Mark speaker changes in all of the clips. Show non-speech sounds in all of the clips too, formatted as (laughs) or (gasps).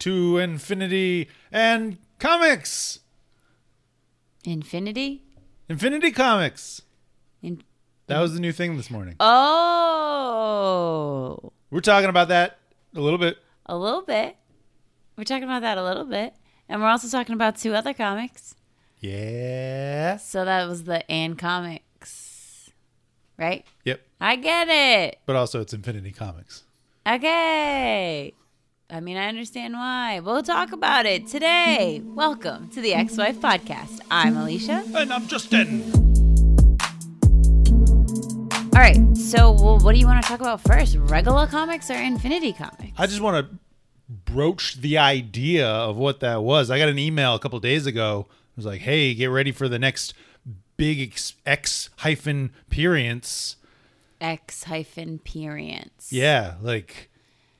Speaker 1: to infinity and comics.
Speaker 2: Infinity?
Speaker 1: Infinity comics.
Speaker 2: In-
Speaker 1: That was the new thing this morning.
Speaker 2: oh,
Speaker 1: We're talking about that a little bit.
Speaker 2: a little bit. We're talking about that a little bit. And we're also talking about two other comics.
Speaker 1: Yes.
Speaker 2: So that was the and comics, right?
Speaker 1: Yep.
Speaker 2: I get it.
Speaker 1: But also, it's Infinity Comics.
Speaker 2: Okay. I mean, I understand why. We'll talk about it today. Welcome to the Ex Wife Podcast. I'm Alicia.
Speaker 1: And I'm Justin.
Speaker 2: All right. So, well, what do you want to talk about first? Regular comics or Infinity comics?
Speaker 1: I just want to broach the idea of what that was. I got an email a couple days ago. It was like, "Hey, get ready for the next big ex, X hyphen perience."
Speaker 2: X hyphen perience.
Speaker 1: Yeah, like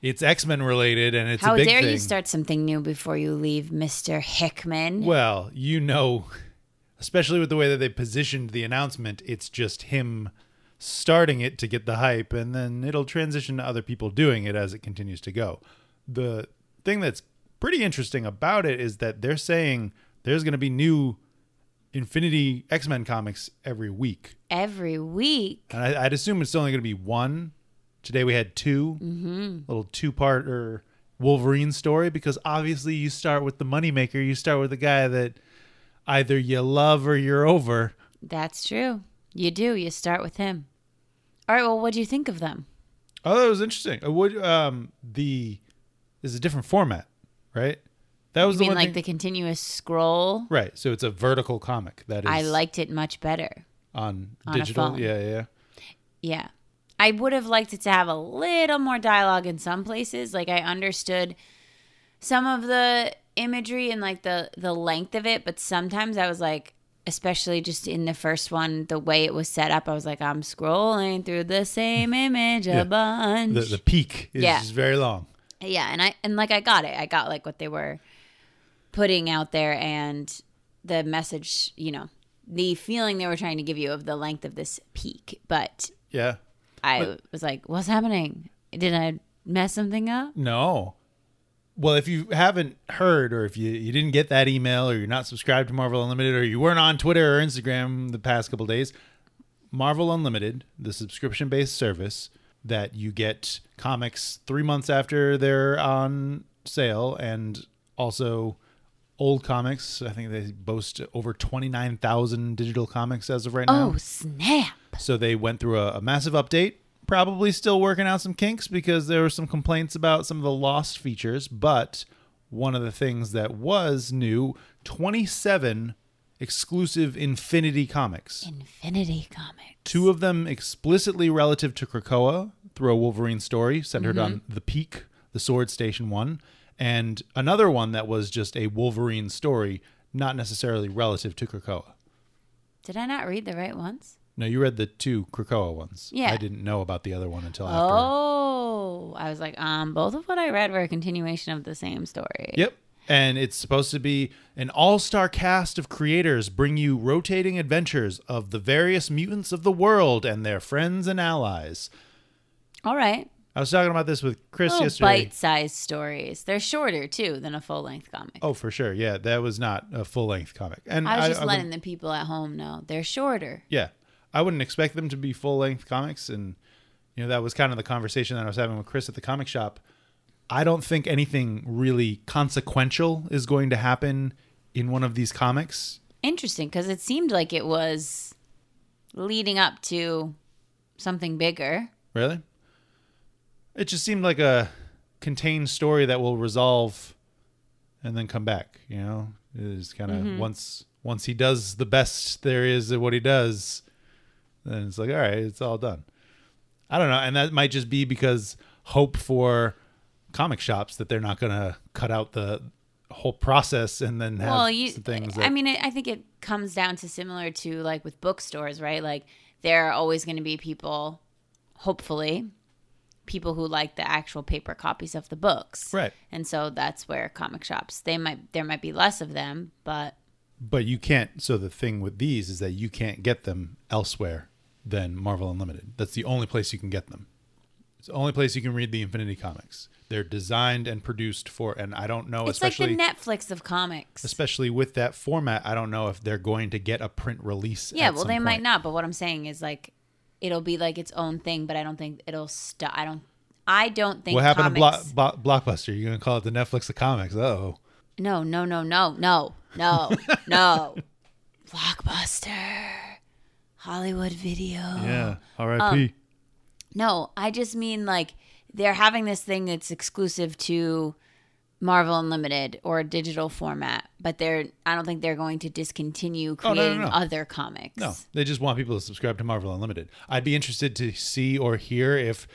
Speaker 1: it's X Men related, and it's
Speaker 2: How
Speaker 1: a big
Speaker 2: dare
Speaker 1: thing.
Speaker 2: you start something new before you leave, Mr. Hickman?
Speaker 1: Well, you know, especially with the way that they positioned the announcement, it's just him starting it to get the hype, and then it'll transition to other people doing it as it continues to go. The thing that's pretty interesting about it is that they're saying there's going to be new Infinity X Men comics every week.
Speaker 2: Every week.
Speaker 1: And I, I'd assume it's only going to be one. Today we had 2
Speaker 2: Mm-hmm.
Speaker 1: little two-parter Wolverine story because obviously you start with the moneymaker. You start with the guy that either you love or you're over.
Speaker 2: That's true. You do. You start with him. All right. Well, what do you think of them?
Speaker 1: Oh, that was interesting. I would um the is a different format, right? That was
Speaker 2: You
Speaker 1: the
Speaker 2: mean
Speaker 1: one
Speaker 2: like
Speaker 1: thing-
Speaker 2: the continuous scroll?
Speaker 1: right. So it's a vertical comic that is
Speaker 2: I liked it much better.
Speaker 1: on,
Speaker 2: on a
Speaker 1: digital.
Speaker 2: phone.
Speaker 1: Yeah, yeah,
Speaker 2: (laughs)
Speaker 1: yeah.
Speaker 2: Yeah. I would have liked it to have a little more dialogue in some places. Like I understood some of the imagery and like the the length of it, but sometimes I was like especially just in the first one, the way it was set up, I was like I'm scrolling through
Speaker 1: (laughs)
Speaker 2: the same image a bunch.
Speaker 1: The the peak is
Speaker 2: Yeah.
Speaker 1: very long.
Speaker 2: yeah, and I and like I got it. I got like what they were putting out there and the message, you know, the feeling they were trying to give you of the length of this peak, but
Speaker 1: Yeah.
Speaker 2: I was like, "What's happening? Did I mess something up?"
Speaker 1: No. Well, if you haven't heard or if you, you didn't get that email or you're not subscribed to Marvel Unlimited or you weren't on Twitter or Instagram the past couple days, Marvel Unlimited, the subscription based service that you get comics three months after they're on sale and also old comics. I think they boast over 29,000 digital comics as of right now.
Speaker 2: Oh snap!
Speaker 1: So they went through a, a massive update, probably still working out some kinks because there were some complaints about some of the lost features. But one of the things that was new 27 exclusive Infinity comics.
Speaker 2: Infinity comic.
Speaker 1: Two of them explicitly relative to Krakoa through a Wolverine story centered on the Peak, the Sword Station one, and another one that was just a Wolverine story, not necessarily relative to Krakoa.
Speaker 2: Did I not read the right ones?
Speaker 1: No, you read the two Krakoa ones.
Speaker 2: Yeah.
Speaker 1: I didn't know about the other one until after.
Speaker 2: Oh, I was like, um, both of what I read were a continuation of the same story.
Speaker 1: Yep. And it's supposed to be an all star cast of creators bring you rotating adventures of the various mutants of the world and their friends and allies.
Speaker 2: All right,
Speaker 1: I was talking about this with Chris
Speaker 2: little
Speaker 1: yesterday.
Speaker 2: bite-sized stories. They're shorter too than a full-length comic.
Speaker 1: Oh, for sure. Yeah, that was not a full length comic. And
Speaker 2: I was just
Speaker 1: would-
Speaker 2: letting the people at home know they're shorter.
Speaker 1: Yeah. I wouldn't expect them to be full length comics. And, you know, that was kind of the conversation that I was having with Chris at the comic shop. I don't think anything really consequential is going to happen in one of these comics.
Speaker 2: Interesting, because it seemed like it was leading up to something bigger.
Speaker 1: Really? It just seemed like a contained story that will resolve and then come back, you know? It's kind of
Speaker 2: Mm-hmm.
Speaker 1: once once he does the best there is at what he does, then it's like, all right, it's all done. I don't know, and that might just be because hope for comic shops that they're not going to cut out the whole process and then have
Speaker 2: well you
Speaker 1: some things that
Speaker 2: i mean it, i think it comes down to similar to like with bookstores right like there are always going to be people hopefully people who like the actual paper copies of the books
Speaker 1: Right.
Speaker 2: and so that's where comic shops they might there might be less of them but
Speaker 1: But you can't. So the thing with these is that you can't get them elsewhere than Marvel Unlimited. That's the only place you can get them. It's the only place you can read the Infinity Comics. They're designed and produced for, and I don't know,
Speaker 2: It's like the
Speaker 1: especially
Speaker 2: Netflix of comics.
Speaker 1: especially with that format, I don't know if they're going to get a print release.
Speaker 2: Yeah,
Speaker 1: at
Speaker 2: well,
Speaker 1: some
Speaker 2: they might
Speaker 1: point.
Speaker 2: not. But what I'm saying is, like, it'll be like its own thing. But I don't think it'll stop. I don't. I don't think.
Speaker 1: What happened
Speaker 2: comics-
Speaker 1: to Blo- Blo- Blockbuster? You're gonna call it the Netflix of comics? Oh,
Speaker 2: No, no, no, no, no, no,
Speaker 1: (laughs)
Speaker 2: no. Blockbuster, Hollywood Video.
Speaker 1: yeah.
Speaker 2: Um,
Speaker 1: R.I.P.
Speaker 2: No, I just mean like they're having this thing that's exclusive to Marvel Unlimited or a digital format, but they're I don't think they're going to discontinue
Speaker 1: Oh, no, no,
Speaker 2: creating
Speaker 1: no.
Speaker 2: other comics.
Speaker 1: No, they just want people to subscribe to Marvel Unlimited. I'd be interested to see or hear if,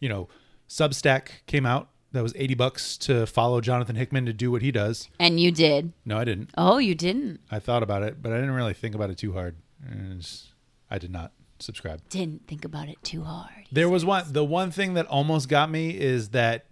Speaker 1: you know, Substack came out. That was 80 bucks to follow Jonathan Hickman to do what he does.
Speaker 2: And you did.
Speaker 1: No, I didn't.
Speaker 2: Oh, you didn't.
Speaker 1: I thought about it, but I didn't really think about it too hard. And it's- I did not subscribe.
Speaker 2: Didn't think about it too hard.
Speaker 1: There was one. The one thing that almost got me is that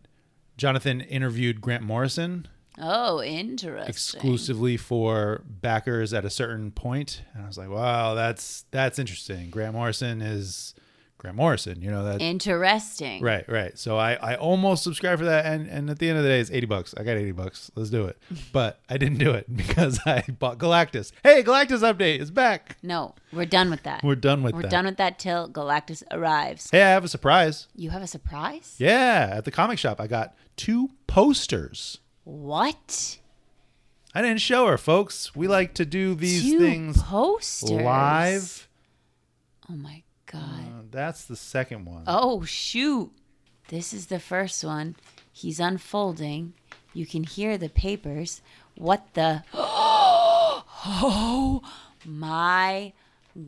Speaker 1: Jonathan interviewed Grant Morrison
Speaker 2: Oh, interesting.
Speaker 1: exclusively for backers at a certain point, and I was like, "Wow, that's that's interesting." Grant Morrison is Grant Morrison. You know that
Speaker 2: Interesting.
Speaker 1: Right, right. So I, I almost subscribed for that, and, and at the end of the day, it's eighty bucks. I got eighty bucks. Let's do it. (laughs) But I didn't do it (laughs) because I bought Galactus. Hey, Galactus update is back.
Speaker 2: No, we're done with that.
Speaker 1: We're done with
Speaker 2: We're
Speaker 1: that.
Speaker 2: done with that till Galactus arrives.
Speaker 1: Hey, I have a surprise.
Speaker 2: You have a surprise?
Speaker 1: Yeah, at the comic shop, I got two posters.
Speaker 2: What?
Speaker 1: I didn't show her, folks. We like to do these
Speaker 2: Two
Speaker 1: things
Speaker 2: posters
Speaker 1: live.
Speaker 2: Oh my god.
Speaker 1: Uh, that's the second one.
Speaker 2: Oh shoot. This is the first one. He's unfolding. You can hear the papers. What the (gasps) Oh my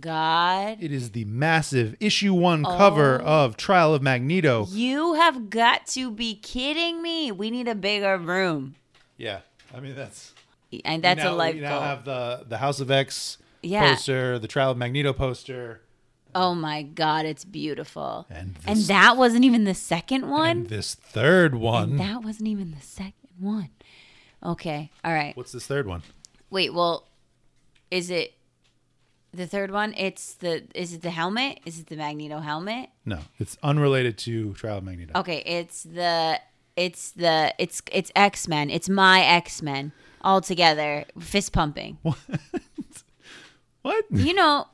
Speaker 2: god.
Speaker 1: It is the massive issue one
Speaker 2: Oh.
Speaker 1: cover of Trial of Magneto.
Speaker 2: You have got to be kidding me. We need a bigger room.
Speaker 1: Yeah, I mean that's
Speaker 2: And that's
Speaker 1: now,
Speaker 2: a life
Speaker 1: We
Speaker 2: goal.
Speaker 1: now have the the House of X
Speaker 2: Yeah.
Speaker 1: poster, the Trial of Magneto poster,
Speaker 2: Oh my god, it's beautiful.
Speaker 1: And
Speaker 2: and
Speaker 1: this-
Speaker 2: that wasn't even the second one.
Speaker 1: and this third one.
Speaker 2: That wasn't even the second one. Okay. All right.
Speaker 1: What's this third one?
Speaker 2: Wait, well, is it the third one? It's the is it the helmet? Is it the Magneto helmet?
Speaker 1: No, it's unrelated to Trial of Magneto.
Speaker 2: Okay, it's the it's the it's it's X-Men. It's my X-Men all together, fist pumping.
Speaker 1: What?
Speaker 2: You know,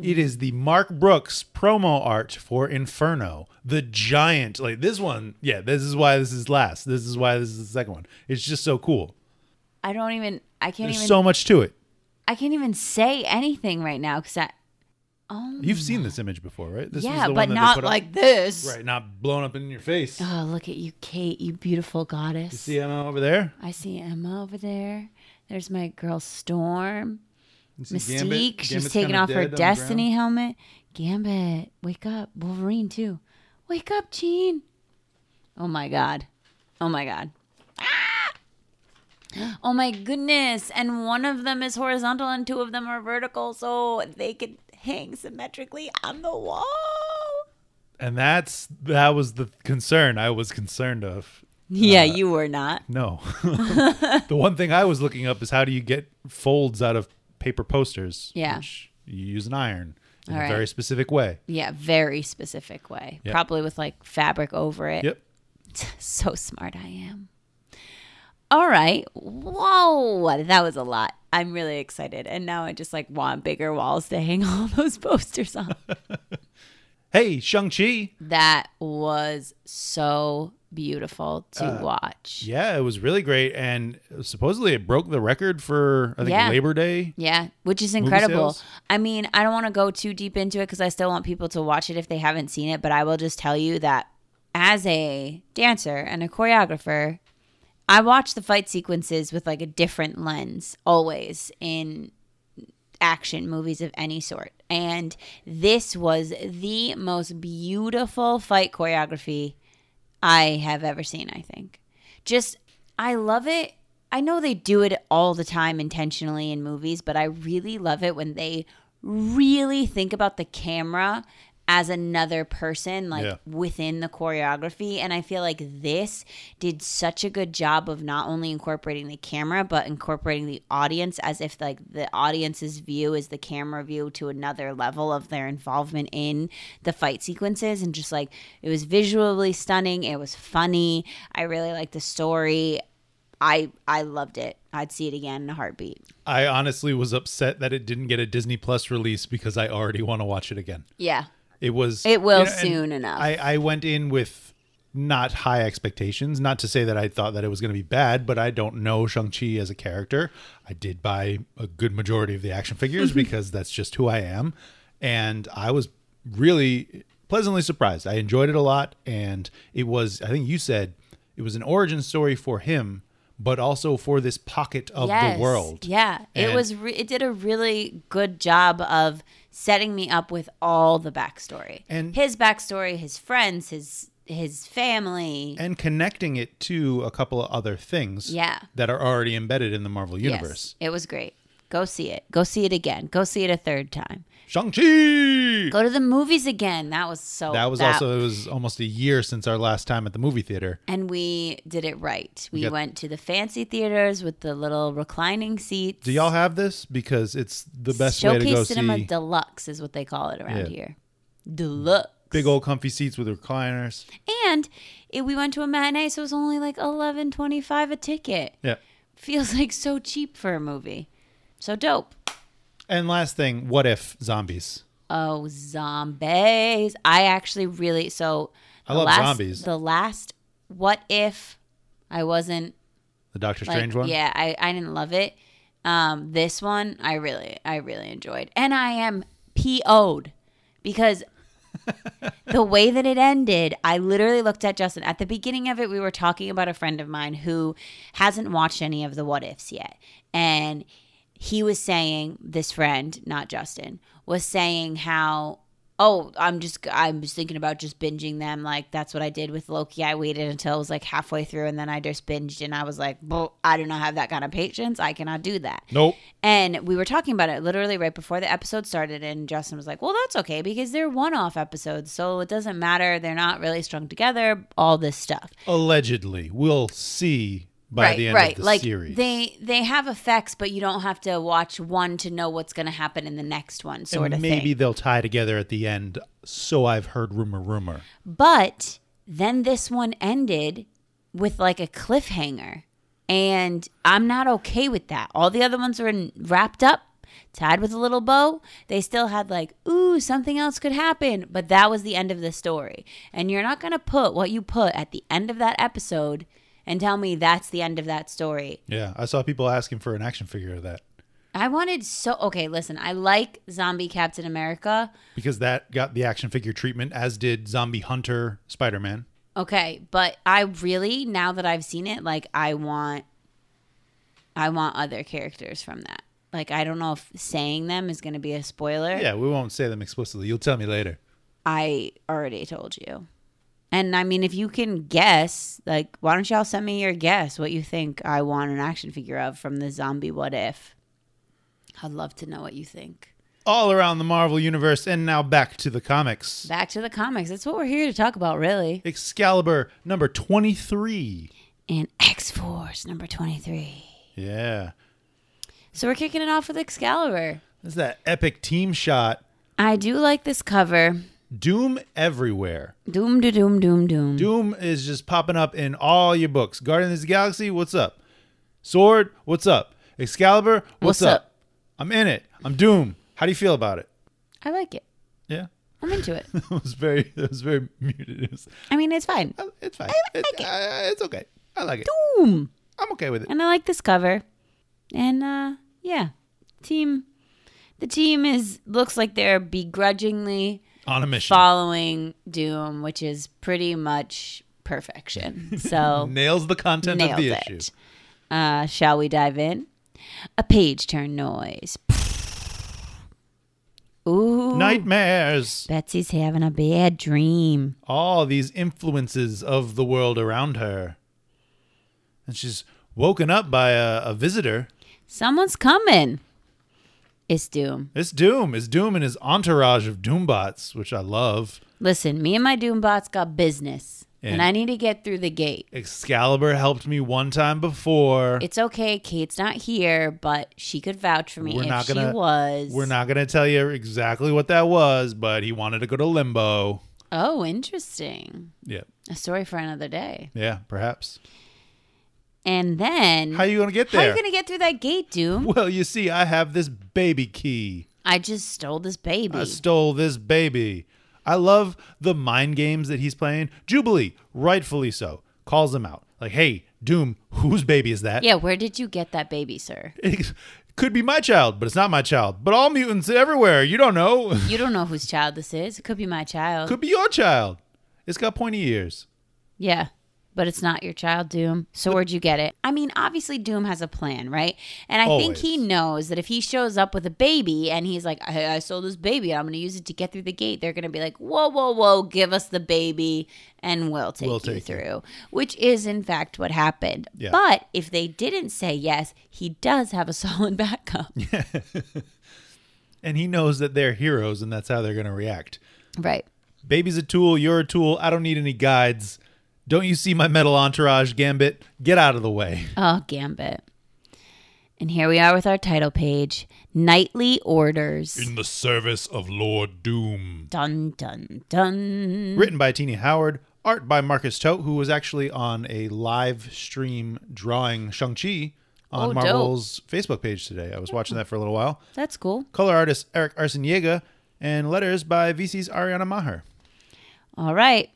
Speaker 1: It is the Mark Brooks promo art for Inferno, the giant. Like this one, yeah. This is why this is last. This is why this is the second one. It's just so cool.
Speaker 2: I don't even I can't
Speaker 1: There's
Speaker 2: even
Speaker 1: so much to it.
Speaker 2: I can't even say anything right now cuz I Oh,
Speaker 1: You've seen this image before, right? This
Speaker 2: yeah,
Speaker 1: the
Speaker 2: but
Speaker 1: that they
Speaker 2: not
Speaker 1: put up-
Speaker 2: like this.
Speaker 1: right, not blown up in your face.
Speaker 2: Oh, look at you, Kate, you beautiful goddess.
Speaker 1: See Emma over there.
Speaker 2: I see Emma over there. There's my girl Storm.
Speaker 1: You see
Speaker 2: Mystique,
Speaker 1: Gambit?
Speaker 2: she's
Speaker 1: Gambit's
Speaker 2: taking
Speaker 1: kinda
Speaker 2: off
Speaker 1: dead
Speaker 2: her
Speaker 1: on the
Speaker 2: Destiny helmet. Gambit, wake up. Wolverine, too. Wake up, Jean. Oh my God. Oh my God. Ah! Oh my goodness. And one of them is horizontal and two of them are vertical, so they could hang symmetrically on the wall.
Speaker 1: and that's that was the concern I was concerned of.
Speaker 2: Yeah,
Speaker 1: Uh,
Speaker 2: you were not. (laughs)
Speaker 1: No, the one thing I was looking up is how do you get folds out of paper posters?
Speaker 2: Yeah.
Speaker 1: which you use an iron in
Speaker 2: All
Speaker 1: a
Speaker 2: right.
Speaker 1: very specific way.
Speaker 2: Yeah, very specific way.
Speaker 1: Yep.
Speaker 2: Probably with like fabric over it.
Speaker 1: Yep.
Speaker 2: (laughs) So smart I am. All right. Whoa, that was a lot. I'm really excited. And now I just like want bigger walls to hang (laughs) all those posters on.
Speaker 1: Hey, Shang Chi.
Speaker 2: that was so beautiful to watch. Yeah.
Speaker 1: Yeah, it was really great, and supposedly it broke the record for I think
Speaker 2: Yeah.
Speaker 1: Labor Day.
Speaker 2: which is incredible.
Speaker 1: sales?
Speaker 2: I mean, I don't want to go too deep into it because I still want people to watch it if they haven't seen it, but I will just tell you that as a dancer and a choreographer, I watch the fight sequences with like a different lens always in action movies of any sort. And this was the most beautiful fight choreography I have ever seen, I think. Just, I love it. I know they do it all the time intentionally in movies, but I really love it when they really think about the camera as another person like
Speaker 1: Yeah.
Speaker 2: within the choreography and i feel like this did such a good job of not only incorporating the camera but incorporating the audience as if like the audience's view is the camera view to another level of their involvement in the fight sequences and just like it was visually stunning it was funny i really liked the story i i loved it i'd see it again in a heartbeat
Speaker 1: I honestly was upset that it didn't get a Disney Plus release because I already want to watch it again.
Speaker 2: yeah
Speaker 1: It was.
Speaker 2: It will
Speaker 1: and
Speaker 2: soon enough.
Speaker 1: I, I went in with not high expectations. Not to say that I thought that it was going to be bad, but I don't know Shang Chi as a character. I did buy a good majority of the action
Speaker 2: (laughs)
Speaker 1: figures because that's just who I am, and I was really pleasantly surprised. I enjoyed it a lot, and it was. I think you said it was an origin story for him, but also for this pocket of
Speaker 2: Yes.
Speaker 1: the world.
Speaker 2: Yeah, it
Speaker 1: And-
Speaker 2: was. Re- it did a really good job of setting me up with all the backstory
Speaker 1: And-
Speaker 2: his backstory, his friends, his his family.
Speaker 1: and connecting it to a couple of other things
Speaker 2: Yeah.
Speaker 1: that are already embedded in the Marvel
Speaker 2: Yes,
Speaker 1: universe.
Speaker 2: it was great. Go see it. Go see it again. Go see it a third time.
Speaker 1: Shang-Chi!
Speaker 2: Go to the movies again. That was so.
Speaker 1: That was also it was almost a year since our last time at the movie theater.
Speaker 2: And we did it right. We
Speaker 1: got-
Speaker 2: went to the fancy theaters with the little reclining seats.
Speaker 1: Do y'all have this because it's the best
Speaker 2: Showcase
Speaker 1: way to go
Speaker 2: Cinema
Speaker 1: see
Speaker 2: Deluxe is what they call it around
Speaker 1: Yeah.
Speaker 2: here. Deluxe.
Speaker 1: big old comfy seats with recliners.
Speaker 2: And it, we went to a matinee, so it was only like eleven twenty five a ticket.
Speaker 1: Yeah.
Speaker 2: Feels like so cheap for a movie. So dope.
Speaker 1: And last thing, what if zombies?
Speaker 2: Oh, zombies! I actually really so.
Speaker 1: I
Speaker 2: the
Speaker 1: love
Speaker 2: last,
Speaker 1: zombies.
Speaker 2: The last, what if I wasn't
Speaker 1: The Doctor
Speaker 2: like,
Speaker 1: Strange one?
Speaker 2: Yeah, I I didn't love it. Um, this one I really I really enjoyed, and I am PO'd because the way that it ended, I literally looked at Justin. At the beginning of it, we were talking about a friend of mine who hasn't watched any of the what ifs yet. And he was saying, this friend, not Justin, was saying how, oh, I'm just, I'm just thinking about just binging them. Like, that's what I did with Loki. I waited until it was like halfway through and then I just binged and I was like, "Bull, I do not have that kind of patience. I cannot do that.
Speaker 1: Nope.
Speaker 2: And we were talking about it literally right before the episode started. And Justin was like, well, that's okay because they're one off episodes. So it doesn't matter. They're not really strung together, all this stuff.
Speaker 1: Allegedly. We'll see by the end of the
Speaker 2: like,
Speaker 1: series.
Speaker 2: They, they have effects, but you don't have to watch one to know what's going to happen in the next one, sort
Speaker 1: and
Speaker 2: of
Speaker 1: maybe
Speaker 2: thing.
Speaker 1: they'll tie together at the end. So I've heard rumor rumor.
Speaker 2: But then this one ended with like a cliffhanger. And I'm not okay with that. All the other ones were in- wrapped up, tied with a little bow. They still had like, ooh, something else could happen. But that was the end of the story. And you're not going to put what you put at the end of that episode and tell me that's the end of that story.
Speaker 1: Yeah. I saw people asking for an action figure of that.
Speaker 2: I wanted so. Okay, listen, I like Zombie Captain America.
Speaker 1: because that got the action figure treatment, as did Zombie Hunter Spider Man.
Speaker 2: Okay, but I really now that I've seen it, like I want, I want other characters from that. Like I don't know if saying them is going to be a spoiler.
Speaker 1: Yeah, we won't say them explicitly. You'll tell me later.
Speaker 2: I already told you, and I mean, if you can guess, like, why don't y'all send me your guess what you think I want an action figure of from the zombie What If? I'd love to know what you think.
Speaker 1: All around the Marvel Universe, and now back to the comics.
Speaker 2: Back to the comics. That's what we're here to talk about, really.
Speaker 1: Excalibur number 23.
Speaker 2: And X Force number twenty three.
Speaker 1: Yeah.
Speaker 2: So we're kicking it off with Excalibur.
Speaker 1: That's that epic team shot.
Speaker 2: I do like this cover.
Speaker 1: Doom everywhere.
Speaker 2: Doom, da doom, doom, doom.
Speaker 1: Doom is just popping up in all your books. Guardians of the Galaxy, what's up? Sword, what's up? Excalibur, what's,
Speaker 2: What's up?
Speaker 1: up? I'm in it. I'm Doom. How do you feel about it?
Speaker 2: I like it.
Speaker 1: Yeah. (laughs)
Speaker 2: I'm into it.
Speaker 1: it was very it was very muted. It was
Speaker 2: I mean, it's fine.
Speaker 1: I- It's fine. It- I- I- it's okay. I like it.
Speaker 2: Doom.
Speaker 1: I'm okay with it.
Speaker 2: And I like this cover. And uh yeah, team. The team is looks like they're begrudgingly
Speaker 1: On a mission.
Speaker 2: following Doom, which is pretty much
Speaker 1: (laughs)
Speaker 2: perfection. So
Speaker 1: Nails the content of
Speaker 2: nailed
Speaker 1: the
Speaker 2: it.
Speaker 1: issue.
Speaker 2: Uh, shall we dive in? A page turn noise. Ooh,
Speaker 1: Nightmares.
Speaker 2: Betsy's having a bad dream.
Speaker 1: All these influences of the world around her. And she's woken up by a, a visitor.
Speaker 2: Someone's coming. It's Doom.
Speaker 1: It's Doom. It's Doom and his entourage of Doombots, which I love.
Speaker 2: Listen, me and my Doom bots got business, and
Speaker 1: And-
Speaker 2: I need to get through the gate.
Speaker 1: Excalibur helped me one time before.
Speaker 2: It's okay, Kate's not here, but she could vouch for me
Speaker 1: We're
Speaker 2: if
Speaker 1: not
Speaker 2: she
Speaker 1: gonna-
Speaker 2: was.
Speaker 1: We're not going to tell you exactly what that was, but he wanted to go to limbo.
Speaker 2: Oh, interesting.
Speaker 1: Yeah.
Speaker 2: A story for another day.
Speaker 1: Yeah, perhaps.
Speaker 2: And then
Speaker 1: How you going to get
Speaker 2: how are
Speaker 1: there?
Speaker 2: you gonna get through that gate, Doom?
Speaker 1: well, you see, I have this baby key.
Speaker 2: I just stole this baby.
Speaker 1: I stole this baby. I love the mind games that he's playing. Jubilee, rightfully so, calls him out. Like, hey, Doom, whose baby is that?
Speaker 2: yeah, where did you get that baby, sir?
Speaker 1: It (laughs) could be my child, but it's not my child. But all mutants everywhere, you don't know. (laughs)
Speaker 2: You don't know whose child this is. It could be my child.
Speaker 1: could be your child. It's got pointy ears.
Speaker 2: Yeah. But it's not your child, Doom. So where'd you get it? I mean, obviously Doom has a plan, right? And I think he
Speaker 1: Always.
Speaker 2: knows that if he shows up with a baby and he's like, "Hey, I sold this baby. I'm going to use it to get through the gate." They're going to be like, "Whoa, whoa, whoa! Give us the baby, and we'll take
Speaker 1: We'll
Speaker 2: you
Speaker 1: take you."
Speaker 2: through." Which is, in fact, what happened.
Speaker 1: Yeah.
Speaker 2: But if they didn't say yes, he does have a (laughs) solid
Speaker 1: (laughs)
Speaker 2: backup,
Speaker 1: And he knows that they're heroes and that's how they're going to react.
Speaker 2: right?
Speaker 1: Baby's a tool, you're a tool. I don't need any guides. Don't you see my metal entourage, Gambit? Get out of the way.
Speaker 2: Oh, Gambit. And here we are with our title page: Nightly Orders.
Speaker 1: the service of Lord Doom.
Speaker 2: Dun dun dun.
Speaker 1: Written by Teeny Howard, art by Marcus Tote, who was actually on a live stream drawing Shang-Chi on
Speaker 2: Oh, dope.
Speaker 1: Marvel's Facebook page today. I was watching that for a little while.
Speaker 2: That's cool.
Speaker 1: color artist Eric Arseniega, and letters by VC's Ariana Maher.
Speaker 2: All right.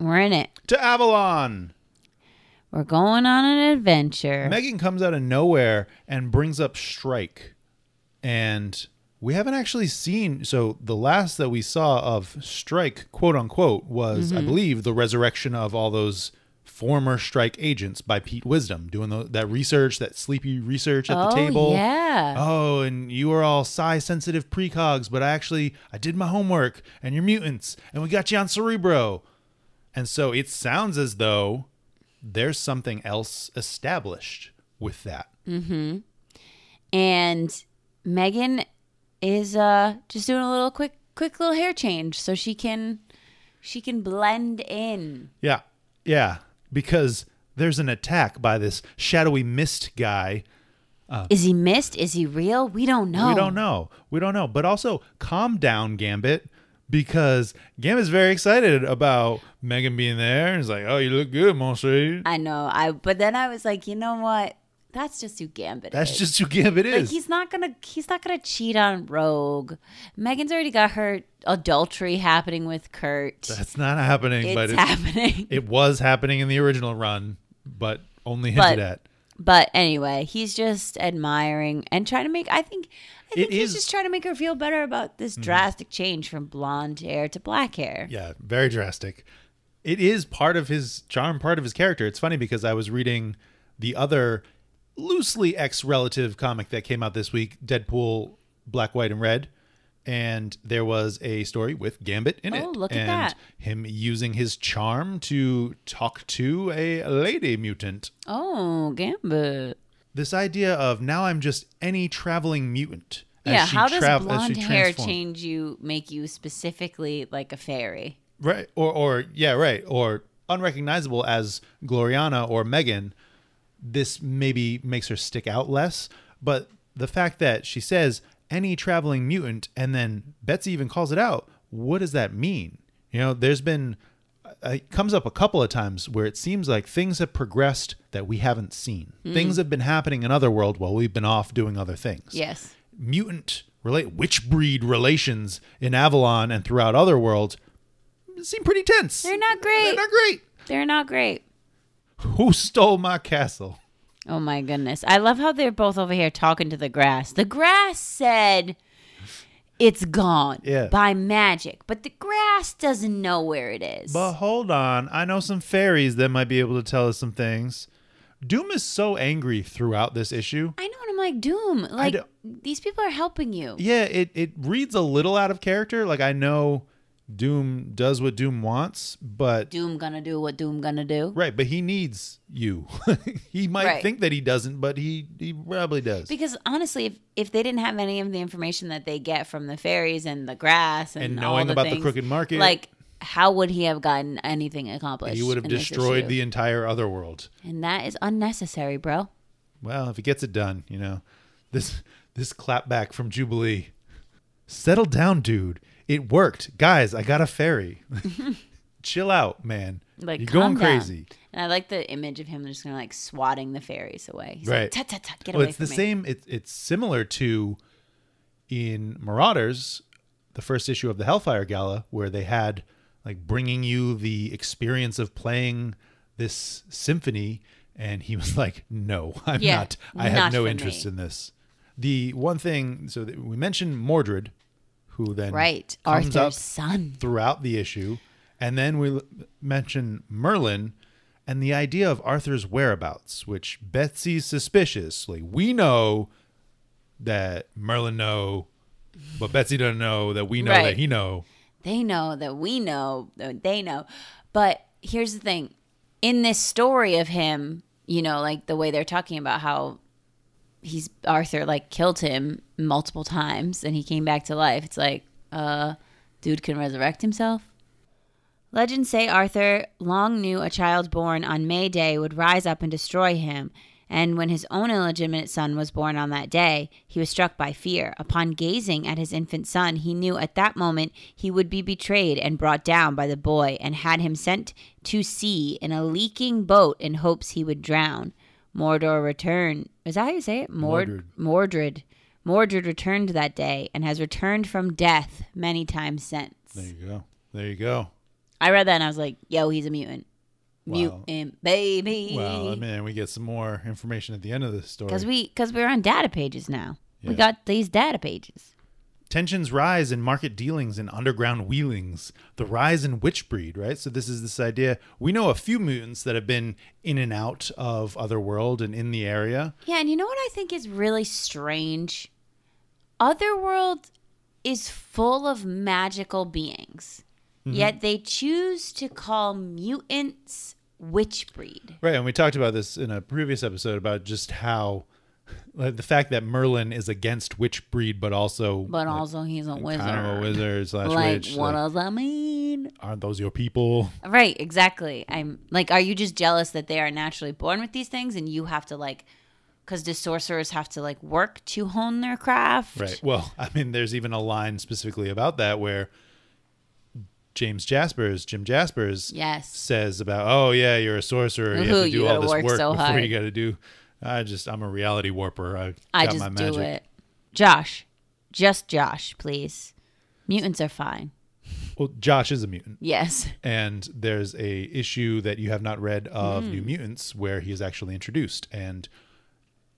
Speaker 2: We're in it.
Speaker 1: To Avalon!
Speaker 2: We're going on an adventure.
Speaker 1: Megan comes out of nowhere and brings up Strike. And we haven't actually seen. So the last that we saw of Strike, quote unquote, was, I believe, the resurrection of all those former Strike agents by Pete Wisdom, doing tho- that research, that sleepy research at
Speaker 2: oh,
Speaker 1: the table.
Speaker 2: Yeah.
Speaker 1: Oh, and you are all psi sensitive precogs, but I actually I did my homework and you're mutants and we got you on Cerebro. And so it sounds as though there's something else established with that. Oh.
Speaker 2: And Megan is uh just doing a little quick quick little hair change so she can she can blend in.
Speaker 1: Yeah. Yeah. Because there's an attack by this shadowy mist guy.
Speaker 2: Is he missed? Is he real? We don't know.
Speaker 1: Uh. We don't know. We don't know. But also calm down, Gambit. Because Gambit's very excited about Megan being there. He's like, Oh, you look good, monsieur.
Speaker 2: I know. I but then I was like, you know what? That's just who Gambit
Speaker 1: That's
Speaker 2: is.
Speaker 1: just who Gambit is.
Speaker 2: Uh, Like he's not gonna he's not gonna cheat on Rogue. Megan's already got her adultery happening with Kurt.
Speaker 1: That's not happening,
Speaker 2: it's
Speaker 1: but it,
Speaker 2: happening. (laughs)
Speaker 1: it was happening in the original run, but only
Speaker 2: But
Speaker 1: hinted at.
Speaker 2: But anyway, he's just admiring and trying to make. I think, I think
Speaker 1: It
Speaker 2: he's
Speaker 1: is- Hmm.
Speaker 2: just trying to make her feel better about this drastic change from blonde hair to black hair.
Speaker 1: Yeah, very drastic. It is part of his charm, part of his character. It's funny because I was reading the other loosely ex relative comic that came out this week Deadpool, Black, White, and Red. And there was a story with Gambit in it.
Speaker 2: Oh, look at
Speaker 1: and
Speaker 2: that.
Speaker 1: Him using his charm to talk to a lady mutant.
Speaker 2: Oh, Gambit.
Speaker 1: This idea of now I'm just any traveling mutant. as
Speaker 2: yeah.
Speaker 1: she
Speaker 2: How does
Speaker 1: trav- as
Speaker 2: blonde
Speaker 1: she
Speaker 2: hair
Speaker 1: transforms.
Speaker 2: change you? Make you specifically like a fairy?
Speaker 1: right or or yeah right or unrecognizable as gloriana or megan this maybe makes her stick out less but the fact that she says any traveling mutant and then betsy even calls it out what does that mean you know there's been uh, it comes up a couple of times where it seems like things have progressed that we haven't seen
Speaker 2: Hmm.
Speaker 1: things have been happening in other world while we've been off doing other things
Speaker 2: Yes.
Speaker 1: mutant relate witch breed relations in Avalon and throughout other worlds seem pretty tense.
Speaker 2: They're not great.
Speaker 1: They're not great.
Speaker 2: They're not great.
Speaker 1: Who stole my castle?
Speaker 2: Oh my goodness. I love how they're both over here talking to the grass. The grass said it's gone
Speaker 1: Yeah.
Speaker 2: by magic, but the grass doesn't know where it is.
Speaker 1: But hold on, I know some fairies that might be able to tell us some things. Doom is so angry throughout this issue.
Speaker 2: I know, and I'm like, Doom, like,
Speaker 1: don't-
Speaker 2: these people are helping you.
Speaker 1: Yeah, it it reads a little out of character. Like I know Doom does what Doom wants, but
Speaker 2: Doom gonna do what Doom gonna do.
Speaker 1: right, but he needs you. (laughs) he might
Speaker 2: Right.
Speaker 1: think that he doesn't, but he he probably does.
Speaker 2: Because honestly, if, if they didn't have any of the information that they get from the fairies and the grass and,
Speaker 1: and
Speaker 2: all
Speaker 1: knowing
Speaker 2: the
Speaker 1: about the
Speaker 2: things,
Speaker 1: crooked market,
Speaker 2: like how would he have gotten anything accomplished?
Speaker 1: he would have
Speaker 2: in this
Speaker 1: destroyed
Speaker 2: issue?
Speaker 1: the entire other world.
Speaker 2: and that is unnecessary, bro.
Speaker 1: Well, if he gets it done, you know, this this clapback from Jubilee. Settle down, dude. It worked, guys. I got a
Speaker 2: (laughs)
Speaker 1: fairy. (laughs) Chill out, man.
Speaker 2: Like
Speaker 1: You're going
Speaker 2: calm down.
Speaker 1: crazy.
Speaker 2: And I like the image of him just kind of like swatting the fairies away. He's
Speaker 1: Right.
Speaker 2: like, tut tut tut, get
Speaker 1: well,
Speaker 2: away
Speaker 1: it's
Speaker 2: from
Speaker 1: the
Speaker 2: me.
Speaker 1: same. It, it's similar to in Marauders, the first issue of the Hellfire Gala, where they had like bringing you the experience of playing this symphony, and he was (laughs) like, "No, I'm
Speaker 2: Yeah,
Speaker 1: not. I
Speaker 2: not
Speaker 1: have no
Speaker 2: for
Speaker 1: interest
Speaker 2: me."
Speaker 1: in this." The one thing, so that we mentioned Mordred, who then
Speaker 2: Right,
Speaker 1: comes
Speaker 2: Arthur's
Speaker 1: up
Speaker 2: son.
Speaker 1: throughout the issue, and then we l- mention Merlin and the idea of Arthur's whereabouts, which Betsy suspiciously we know that Merlin know, but Betsy doesn't know that we know
Speaker 2: Right.
Speaker 1: that he know.
Speaker 2: They know that we know that they know. But here's the thing in this story of him, you know, like the way they're talking about how he's Arthur like killed him multiple times and he came back to life. It's like, uh, dude can resurrect himself. Legends say Arthur long knew a child born on May Day would rise up and destroy him, and when his own illegitimate son was born on that day, he was struck by fear. Upon gazing at his infant son, he knew at that moment he would be betrayed and brought down by the boy, and had him sent to sea in a leaking boat in hopes he would drown. Mordor returned. Is that how you say it? Mord- Mordred. Mordred returned that day and has returned from death many times since.
Speaker 1: There you go. There you go.
Speaker 2: I read that and I was like, yo, he's a mutant. Mutant baby. (laughs)
Speaker 1: Well, I mean, we get some more information at the end of this story.
Speaker 2: Because we, cause we're on data pages now.
Speaker 1: Yeah.
Speaker 2: We got these data pages.
Speaker 1: Tensions rise in market dealings and underground wheelings, the rise in witch breed, right? So this is this idea. We know a few mutants that have been in and out of Otherworld and in the area.
Speaker 2: Yeah, and you know what I think is really strange? Otherworld is full of magical beings,
Speaker 1: Mm-hmm.
Speaker 2: yet they choose to call mutants witch breed.
Speaker 1: Right, and we talked about this in a previous episode about just how like, the fact that Merlin is against witch breed, but also
Speaker 2: But also, he's a wizard.
Speaker 1: kind of a wizard slash
Speaker 2: Like,
Speaker 1: witch.
Speaker 2: what
Speaker 1: like,
Speaker 2: does that mean?
Speaker 1: aren't those your
Speaker 2: (laughs)
Speaker 1: people?
Speaker 2: Right, exactly. I'm like, are you just jealous that they are naturally born with these things and you have to like, because the sorcerers have to like work to hone their craft?
Speaker 1: Right. Well, I mean, there's even a line specifically about that where James Jaspers, Jim Jaspers,
Speaker 2: Yes.
Speaker 1: says about, oh yeah, you're a sorcerer, you
Speaker 2: Ooh,
Speaker 1: have to
Speaker 2: you
Speaker 1: do
Speaker 2: gotta
Speaker 1: all this
Speaker 2: work
Speaker 1: work,
Speaker 2: so
Speaker 1: before
Speaker 2: hard."
Speaker 1: you got to do. I just, I'm a reality warper. I,
Speaker 2: I
Speaker 1: got
Speaker 2: just
Speaker 1: my magic.
Speaker 2: do it. Josh, just Josh, please. Mutants are fine.
Speaker 1: Well, Josh is a mutant.
Speaker 2: Yes. (laughs)
Speaker 1: and there's a issue that you have not read of
Speaker 2: Hmm.
Speaker 1: New Mutants where he is actually introduced and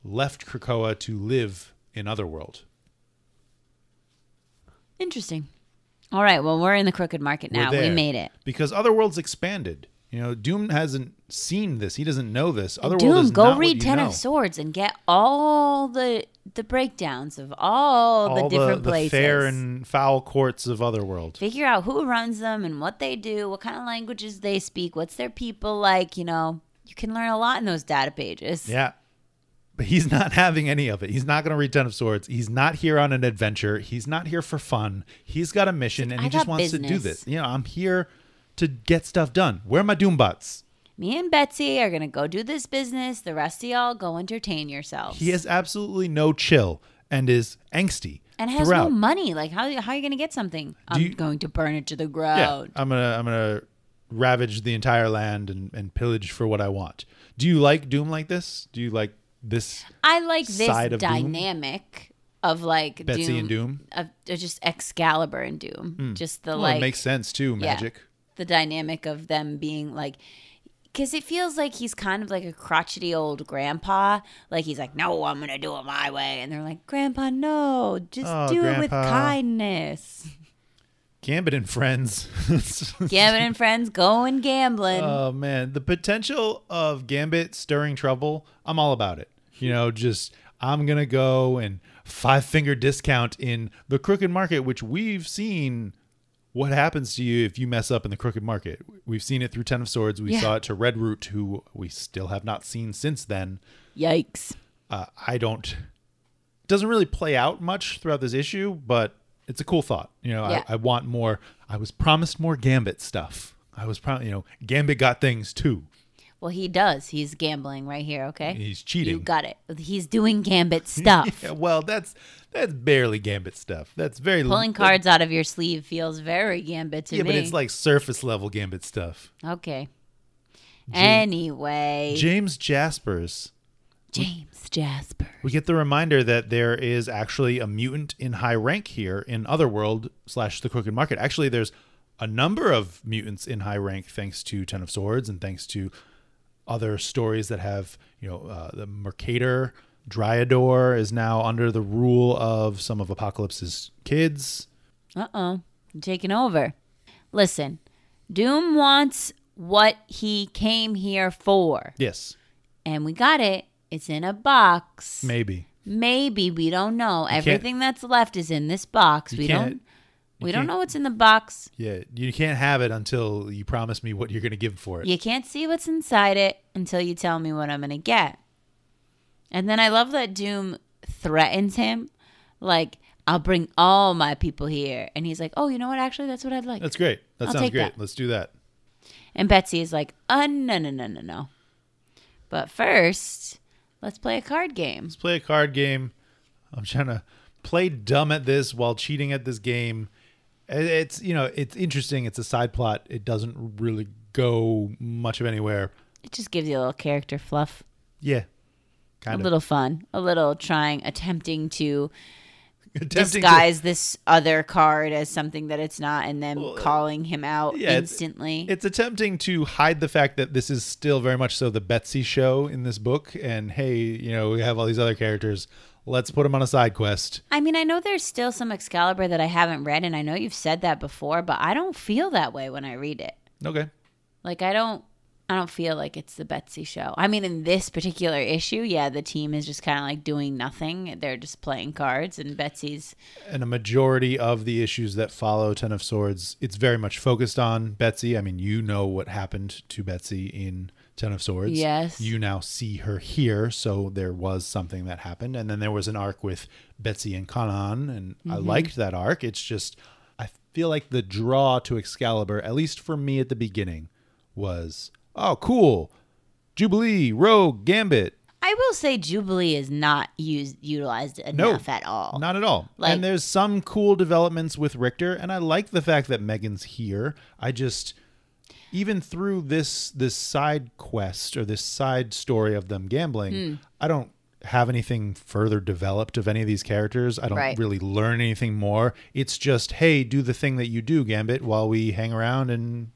Speaker 1: left Krakoa to live in Otherworld.
Speaker 2: Interesting. All right. Well, we're in the crooked market
Speaker 1: We're
Speaker 2: now. We
Speaker 1: there.
Speaker 2: made it.
Speaker 1: because Otherworld's expanded. You know, Doom hasn't seen this. He doesn't know this. Otherworld is
Speaker 2: Doom, go
Speaker 1: not what
Speaker 2: read
Speaker 1: you
Speaker 2: Ten
Speaker 1: know.
Speaker 2: of Swords and get all the the breakdowns of all,
Speaker 1: All
Speaker 2: the different places.
Speaker 1: fair and foul courts of Otherworld.
Speaker 2: figure out who runs them and what they do, what kind of languages they speak, what's their people like, you know. You can learn a lot in those data pages.
Speaker 1: Yeah. But he's not (laughs) having any of it. He's not going to read Ten of Swords. He's not here on an adventure. He's not here for fun. He's got a mission and
Speaker 2: I
Speaker 1: he just
Speaker 2: got
Speaker 1: wants to do
Speaker 2: business.
Speaker 1: this. You know, I'm here to get stuff done. Where are my Doombots?
Speaker 2: Me and Betsy are going to go do this business. The rest of y'all go entertain yourselves.
Speaker 1: He has absolutely no chill and is angsty
Speaker 2: and has
Speaker 1: throughout.
Speaker 2: no money. Like, how, how are you going to get something? I'm
Speaker 1: you-
Speaker 2: going to burn it to the
Speaker 1: yeah,
Speaker 2: ground.
Speaker 1: I'm gonna I'm gonna ravage the entire land and, and pillage for what I want. Do you like Doom like this? Do you like this?
Speaker 2: I like this
Speaker 1: Side of Doom?
Speaker 2: dynamic of like
Speaker 1: Betsy
Speaker 2: Doom,
Speaker 1: and Doom? Hmm.
Speaker 2: Of, of just Excalibur and Doom. Just the
Speaker 1: Well,
Speaker 2: like.
Speaker 1: it makes sense too.
Speaker 2: Yeah.
Speaker 1: Magic.
Speaker 2: the dynamic of them being like because it feels like he's kind of like a crotchety old grandpa like he's like no i'm gonna do it my way and they're like grandpa no just
Speaker 1: Oh,
Speaker 2: do it with
Speaker 1: Grandpa."
Speaker 2: kindness
Speaker 1: Gambit and friends. (laughs)
Speaker 2: gambit and friends going gambling
Speaker 1: Oh man, the potential of Gambit stirring trouble, I'm all about it. You know, just I'm gonna go and five finger discount in the crooked market, which we've seen what happens to you if you mess up in the crooked market? We've seen it through Ten of Swords. We
Speaker 2: Yeah.
Speaker 1: saw it to Red Root, who we still have not seen since then.
Speaker 2: Yikes.
Speaker 1: Uh, I don't. It doesn't really play out much throughout this issue, but it's a cool thought. You know,
Speaker 2: Yeah.
Speaker 1: I, I want more. I was promised more Gambit stuff. I was promised, you know, Gambit got things too.
Speaker 2: Well, he does. He's gambling right here, okay?
Speaker 1: He's cheating.
Speaker 2: You got it. He's doing gambit
Speaker 1: (laughs)
Speaker 2: stuff.
Speaker 1: Yeah, well, that's that's barely Gambit stuff. That's very
Speaker 2: Pulling cards out of your sleeve feels very gambit to
Speaker 1: Yeah,
Speaker 2: me.
Speaker 1: but it's like surface level Gambit stuff.
Speaker 2: okay. Anyway,
Speaker 1: James Jaspers.
Speaker 2: James Jasper.
Speaker 1: We get the reminder that there is actually a mutant in high rank here in Otherworld slash the Crooked Market. Actually, there's a number of mutants in high rank thanks to Ten of Swords and thanks to other stories that have, you know, uh, the Mercator. Dryador is now under the rule of some of Apocalypse's kids.
Speaker 2: Uh oh. Taking over. Listen, Doom wants what he came here for.
Speaker 1: Yes,
Speaker 2: And we got it. It's in a box.
Speaker 1: maybe.
Speaker 2: Maybe we don't know. Everything that's left is in this box. We don't we don't
Speaker 1: can't-
Speaker 2: know what's in the box.
Speaker 1: Yeah, you can't have it until you promise me what you're going to give for it.
Speaker 2: You can't see what's inside it until you tell me what I'm going to get. And then I love that Doom threatens him like I'll bring all my people here and he's like, "Oh, you know what? Actually, that's what I'd like."
Speaker 1: That's great. That
Speaker 2: I'll
Speaker 1: sounds
Speaker 2: take
Speaker 1: great.
Speaker 2: that.
Speaker 1: Let's do that.
Speaker 2: And Betsy is like, uh, no, no, no, no, no. But first, let's play a card game.
Speaker 1: Let's play a card game. I'm trying to play dumb at this while cheating at this game. It- It's you know it's interesting. It's a side plot. It doesn't really go much of anywhere.
Speaker 2: It just gives you a little character fluff,
Speaker 1: Yeah,
Speaker 2: a
Speaker 1: kind of
Speaker 2: little fun, a little trying, attempting to
Speaker 1: (laughs) Attempting to-
Speaker 2: disguise this other card as something that it's not and then
Speaker 1: Well, uh,
Speaker 2: calling him out
Speaker 1: yeah, it's-
Speaker 2: instantly.
Speaker 1: It's attempting to hide the fact that this is still very much so the Betsy show in this book. And hey, you know we have all these other characters. Let's put them on a side quest.
Speaker 2: I mean, I know there's still some Excalibur that I haven't read, and I know you've said that before, but I don't feel that way when I read it.
Speaker 1: Okay.
Speaker 2: Like I don't I don't feel like it's the Betsy show. I mean in this particular issue, yeah, the team is just kind of like doing nothing. They're just playing cards and Betsy's
Speaker 1: and a majority of the issues that follow Ten of Swords, it's very much focused on Betsy. I mean, you know what happened to Betsy in Ten of Swords.
Speaker 2: Yes.
Speaker 1: You now see her here, so there was something that happened. And then there was an arc with Betsy and Kanan, and I liked that arc. It's just I feel like the draw to Excalibur, at least for me at the beginning, was oh cool. Jubilee, Rogue, Gambit.
Speaker 2: I will say Jubilee is not used utilized enough at all.
Speaker 1: Not at all.
Speaker 2: Like-
Speaker 1: and there's some cool developments with Richter, and I like the fact that Megan's here. I just even through this this side quest or this side story of them gambling,
Speaker 2: Hmm.
Speaker 1: I don't have anything further developed of any of these characters. I don't
Speaker 2: Right.
Speaker 1: really learn anything more. It's just, hey, do the thing that you do, Gambit, while we hang around and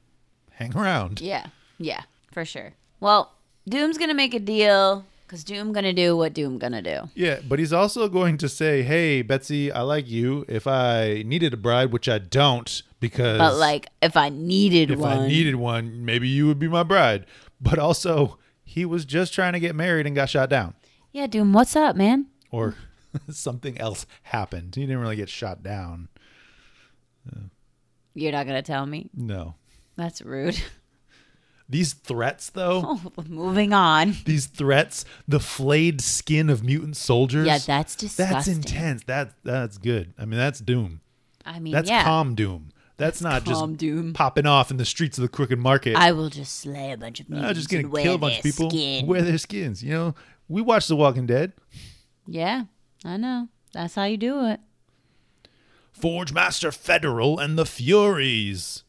Speaker 1: hang around.
Speaker 2: Yeah. Yeah, for sure. Well, Doom's going to make a deal cuz Doom going to do what Doom going to do.
Speaker 1: Yeah, but he's also going to say, "Hey, Betsy, I like you. If I needed a bride, which I don't, because
Speaker 2: But like if I needed
Speaker 1: if
Speaker 2: one
Speaker 1: I needed one, maybe you would be my bride. But also, he was just trying to get married and got shot down,
Speaker 2: Yeah, Doom, what's up, man?
Speaker 1: or (laughs) something else happened. He didn't really get shot down.
Speaker 2: You're not going to tell me.
Speaker 1: No,
Speaker 2: That's rude. (laughs)
Speaker 1: these threats, though,
Speaker 2: oh, moving on.
Speaker 1: these threats, the flayed skin of mutant soldiers.
Speaker 2: Yeah, that's disgusting.
Speaker 1: that's intense. That that's good. I mean, that's doom.
Speaker 2: I mean,
Speaker 1: That's
Speaker 2: yeah.
Speaker 1: calm doom. That's, not
Speaker 2: calm
Speaker 1: just
Speaker 2: doom.
Speaker 1: popping off in the streets of the crooked market.
Speaker 2: I will just slay a bunch of mutants.
Speaker 1: I'm just gonna
Speaker 2: and wear
Speaker 1: kill a bunch of
Speaker 2: their
Speaker 1: people,
Speaker 2: skin.
Speaker 1: wear their skins. You know, we watch The Walking Dead.
Speaker 2: Yeah, I know. That's how you do it.
Speaker 1: Forge Master Federal and the Furies.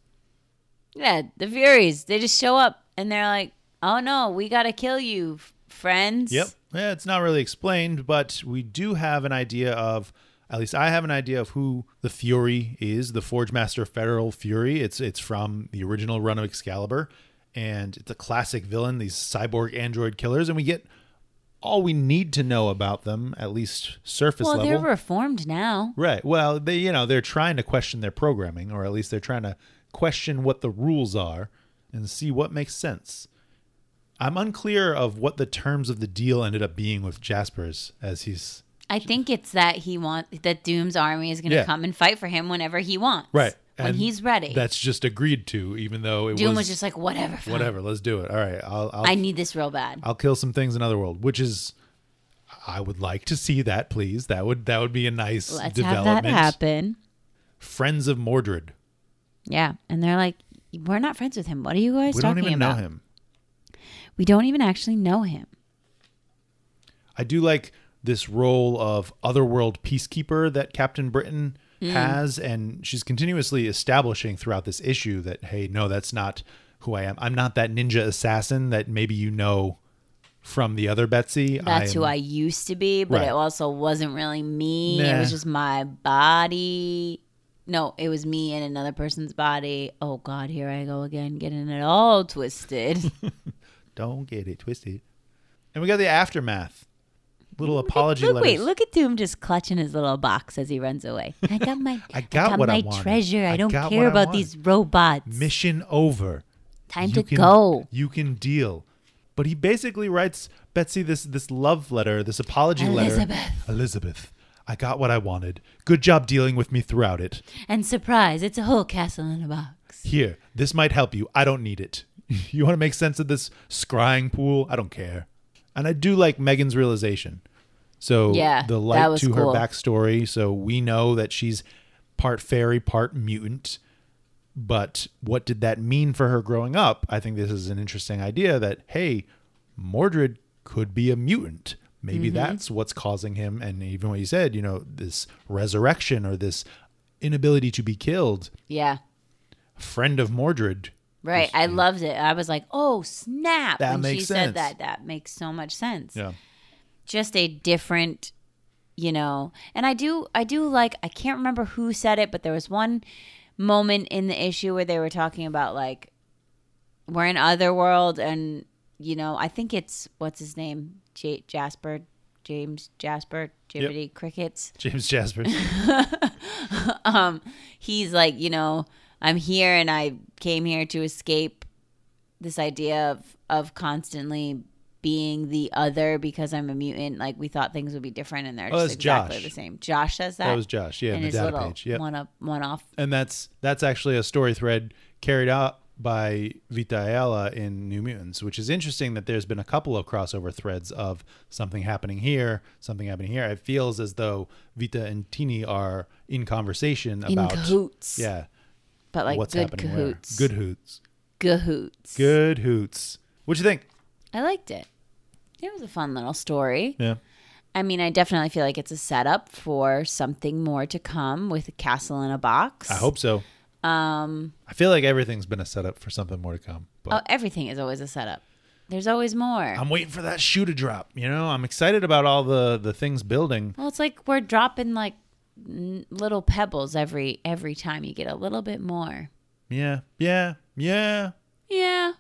Speaker 2: Yeah, the Furies. They just show up and they're like, "Oh no, we gotta kill you, f- friends."
Speaker 1: Yep. Yeah, it's not really explained, but we do have an idea of at least I have an idea of who the Fury is, the Forge Master Federal Fury. It's it's from the original run of Excalibur, and it's a classic villain, these cyborg android killers, and we get all we need to know about them, at least surface
Speaker 2: Well,
Speaker 1: level.
Speaker 2: they're reformed now.
Speaker 1: Right. Well, they you know they're trying to question their programming, or at least they're trying to question what the rules are and see what makes sense. I'm unclear of what the terms of the deal ended up being with Jaspers, as he's
Speaker 2: I think it's that he want that Doom's army is gonna
Speaker 1: Yeah.
Speaker 2: come and fight for him whenever he wants.
Speaker 1: Right.
Speaker 2: when
Speaker 1: And
Speaker 2: he's ready.
Speaker 1: That's just agreed to, even though it
Speaker 2: Doom was,
Speaker 1: was
Speaker 2: just like, whatever. fine.
Speaker 1: whatever. Let's do it. All right, I'll I'll,
Speaker 2: I need this real bad.
Speaker 1: I'll kill some things in Otherworld, which is I would like to see that, please. That would that would be a nice
Speaker 2: Let's have
Speaker 1: development.
Speaker 2: that happen.
Speaker 1: Friends of Mordred.
Speaker 2: Yeah. And they're like, we're not friends with him. What are you guys
Speaker 1: We
Speaker 2: talking
Speaker 1: don't even
Speaker 2: about?
Speaker 1: know him.
Speaker 2: We don't even actually know him.
Speaker 1: I do like this role of otherworld peacekeeper that Captain Britain
Speaker 2: Mm.
Speaker 1: has, and she's continuously establishing throughout this issue that hey, no, that's not who I am. I'm not that ninja assassin that maybe you know from the other Betsy.
Speaker 2: That's
Speaker 1: am-
Speaker 2: who I used to be, but
Speaker 1: Right.
Speaker 2: it also wasn't really me. It
Speaker 1: Nah.
Speaker 2: was just my body. No, it was me in another person's body. Oh God, here I go again, getting it all twisted. (laughs)
Speaker 1: don't get it twisted. And we got the aftermath, little apology
Speaker 2: look,
Speaker 1: letters.
Speaker 2: wait, look at Doom just clutching his little box as he runs away. I got my,
Speaker 1: (laughs) I got what
Speaker 2: my
Speaker 1: I wanted.
Speaker 2: treasure. I,
Speaker 1: I
Speaker 2: don't
Speaker 1: got what
Speaker 2: care
Speaker 1: I
Speaker 2: about
Speaker 1: wanted."
Speaker 2: these robots.
Speaker 1: Mission over.
Speaker 2: Time
Speaker 1: You
Speaker 2: to
Speaker 1: can-
Speaker 2: go.
Speaker 1: You can deal. But he basically writes Betsy this this love letter, this apology letter.
Speaker 2: Elizabeth.
Speaker 1: Elizabeth, I got what I wanted. Good job dealing with me throughout it.
Speaker 2: And surprise, it's a whole castle in a box.
Speaker 1: Here, this might help you. I don't need it. (laughs) You want to make sense of this scrying pool? I don't care. And I do like Megan's realization. So
Speaker 2: Yeah,
Speaker 1: the
Speaker 2: that
Speaker 1: light
Speaker 2: was
Speaker 1: to her
Speaker 2: cool.
Speaker 1: backstory. So we know that she's part fairy, part mutant. But what did that mean for her growing up? I think this is an interesting idea that, hey, Mordred could be a mutant. Maybe
Speaker 2: Mm-hmm.
Speaker 1: that's what's causing him. And even what you said, you know, this resurrection or this inability to be killed
Speaker 2: Yeah.
Speaker 1: friend of Mordred.
Speaker 2: Right. I loved it. I was like, oh, snap.
Speaker 1: That
Speaker 2: when she
Speaker 1: makes sense.
Speaker 2: said that, that makes so much sense. Just a different, you know. And I do, I do like, I can't remember who said it, but there was one moment in the issue where they were talking about like, we're in Otherworld and, you know, I think it's, what's his name? J- Jasper, James Jasper, Jibbity Crickets.
Speaker 1: (laughs) James Jasper.
Speaker 2: (laughs) he's like, you know, I'm here and I came here to escape this idea of of constantly being the other because I'm a mutant. Like we thought things would be different and they're
Speaker 1: Oh,
Speaker 2: just
Speaker 1: that's
Speaker 2: exactly
Speaker 1: Josh.
Speaker 2: the same. Josh says that.
Speaker 1: That was Josh. Yeah,
Speaker 2: and
Speaker 1: the
Speaker 2: his
Speaker 1: data
Speaker 2: little
Speaker 1: page. Yep.
Speaker 2: one up, one off.
Speaker 1: And that's that's actually a story thread carried out by Vita Ayala in New Mutants, which is interesting that there's been a couple of crossover threads of something happening here, something happening here. It feels as though Vita and Tini are in conversation
Speaker 2: In
Speaker 1: about
Speaker 2: cahoots.
Speaker 1: Yeah.
Speaker 2: But like
Speaker 1: what's
Speaker 2: good
Speaker 1: happening where.
Speaker 2: cahoots.
Speaker 1: Good hoots.
Speaker 2: cahoots.
Speaker 1: Good hoots. What'd you think?
Speaker 2: I liked it. It was a fun little story.
Speaker 1: Yeah.
Speaker 2: I mean, I definitely feel like it's a setup for something more to come with a castle in a box.
Speaker 1: I hope so.
Speaker 2: Um,
Speaker 1: I feel like everything's been a setup for something more to come. But
Speaker 2: oh, everything is always a setup. There's always more.
Speaker 1: I'm waiting for that shoe to drop. You know, I'm excited about all the the things building.
Speaker 2: Well, it's like we're dropping like n- little pebbles every every time you get a little bit more.
Speaker 1: Yeah, yeah, yeah.
Speaker 2: Yeah.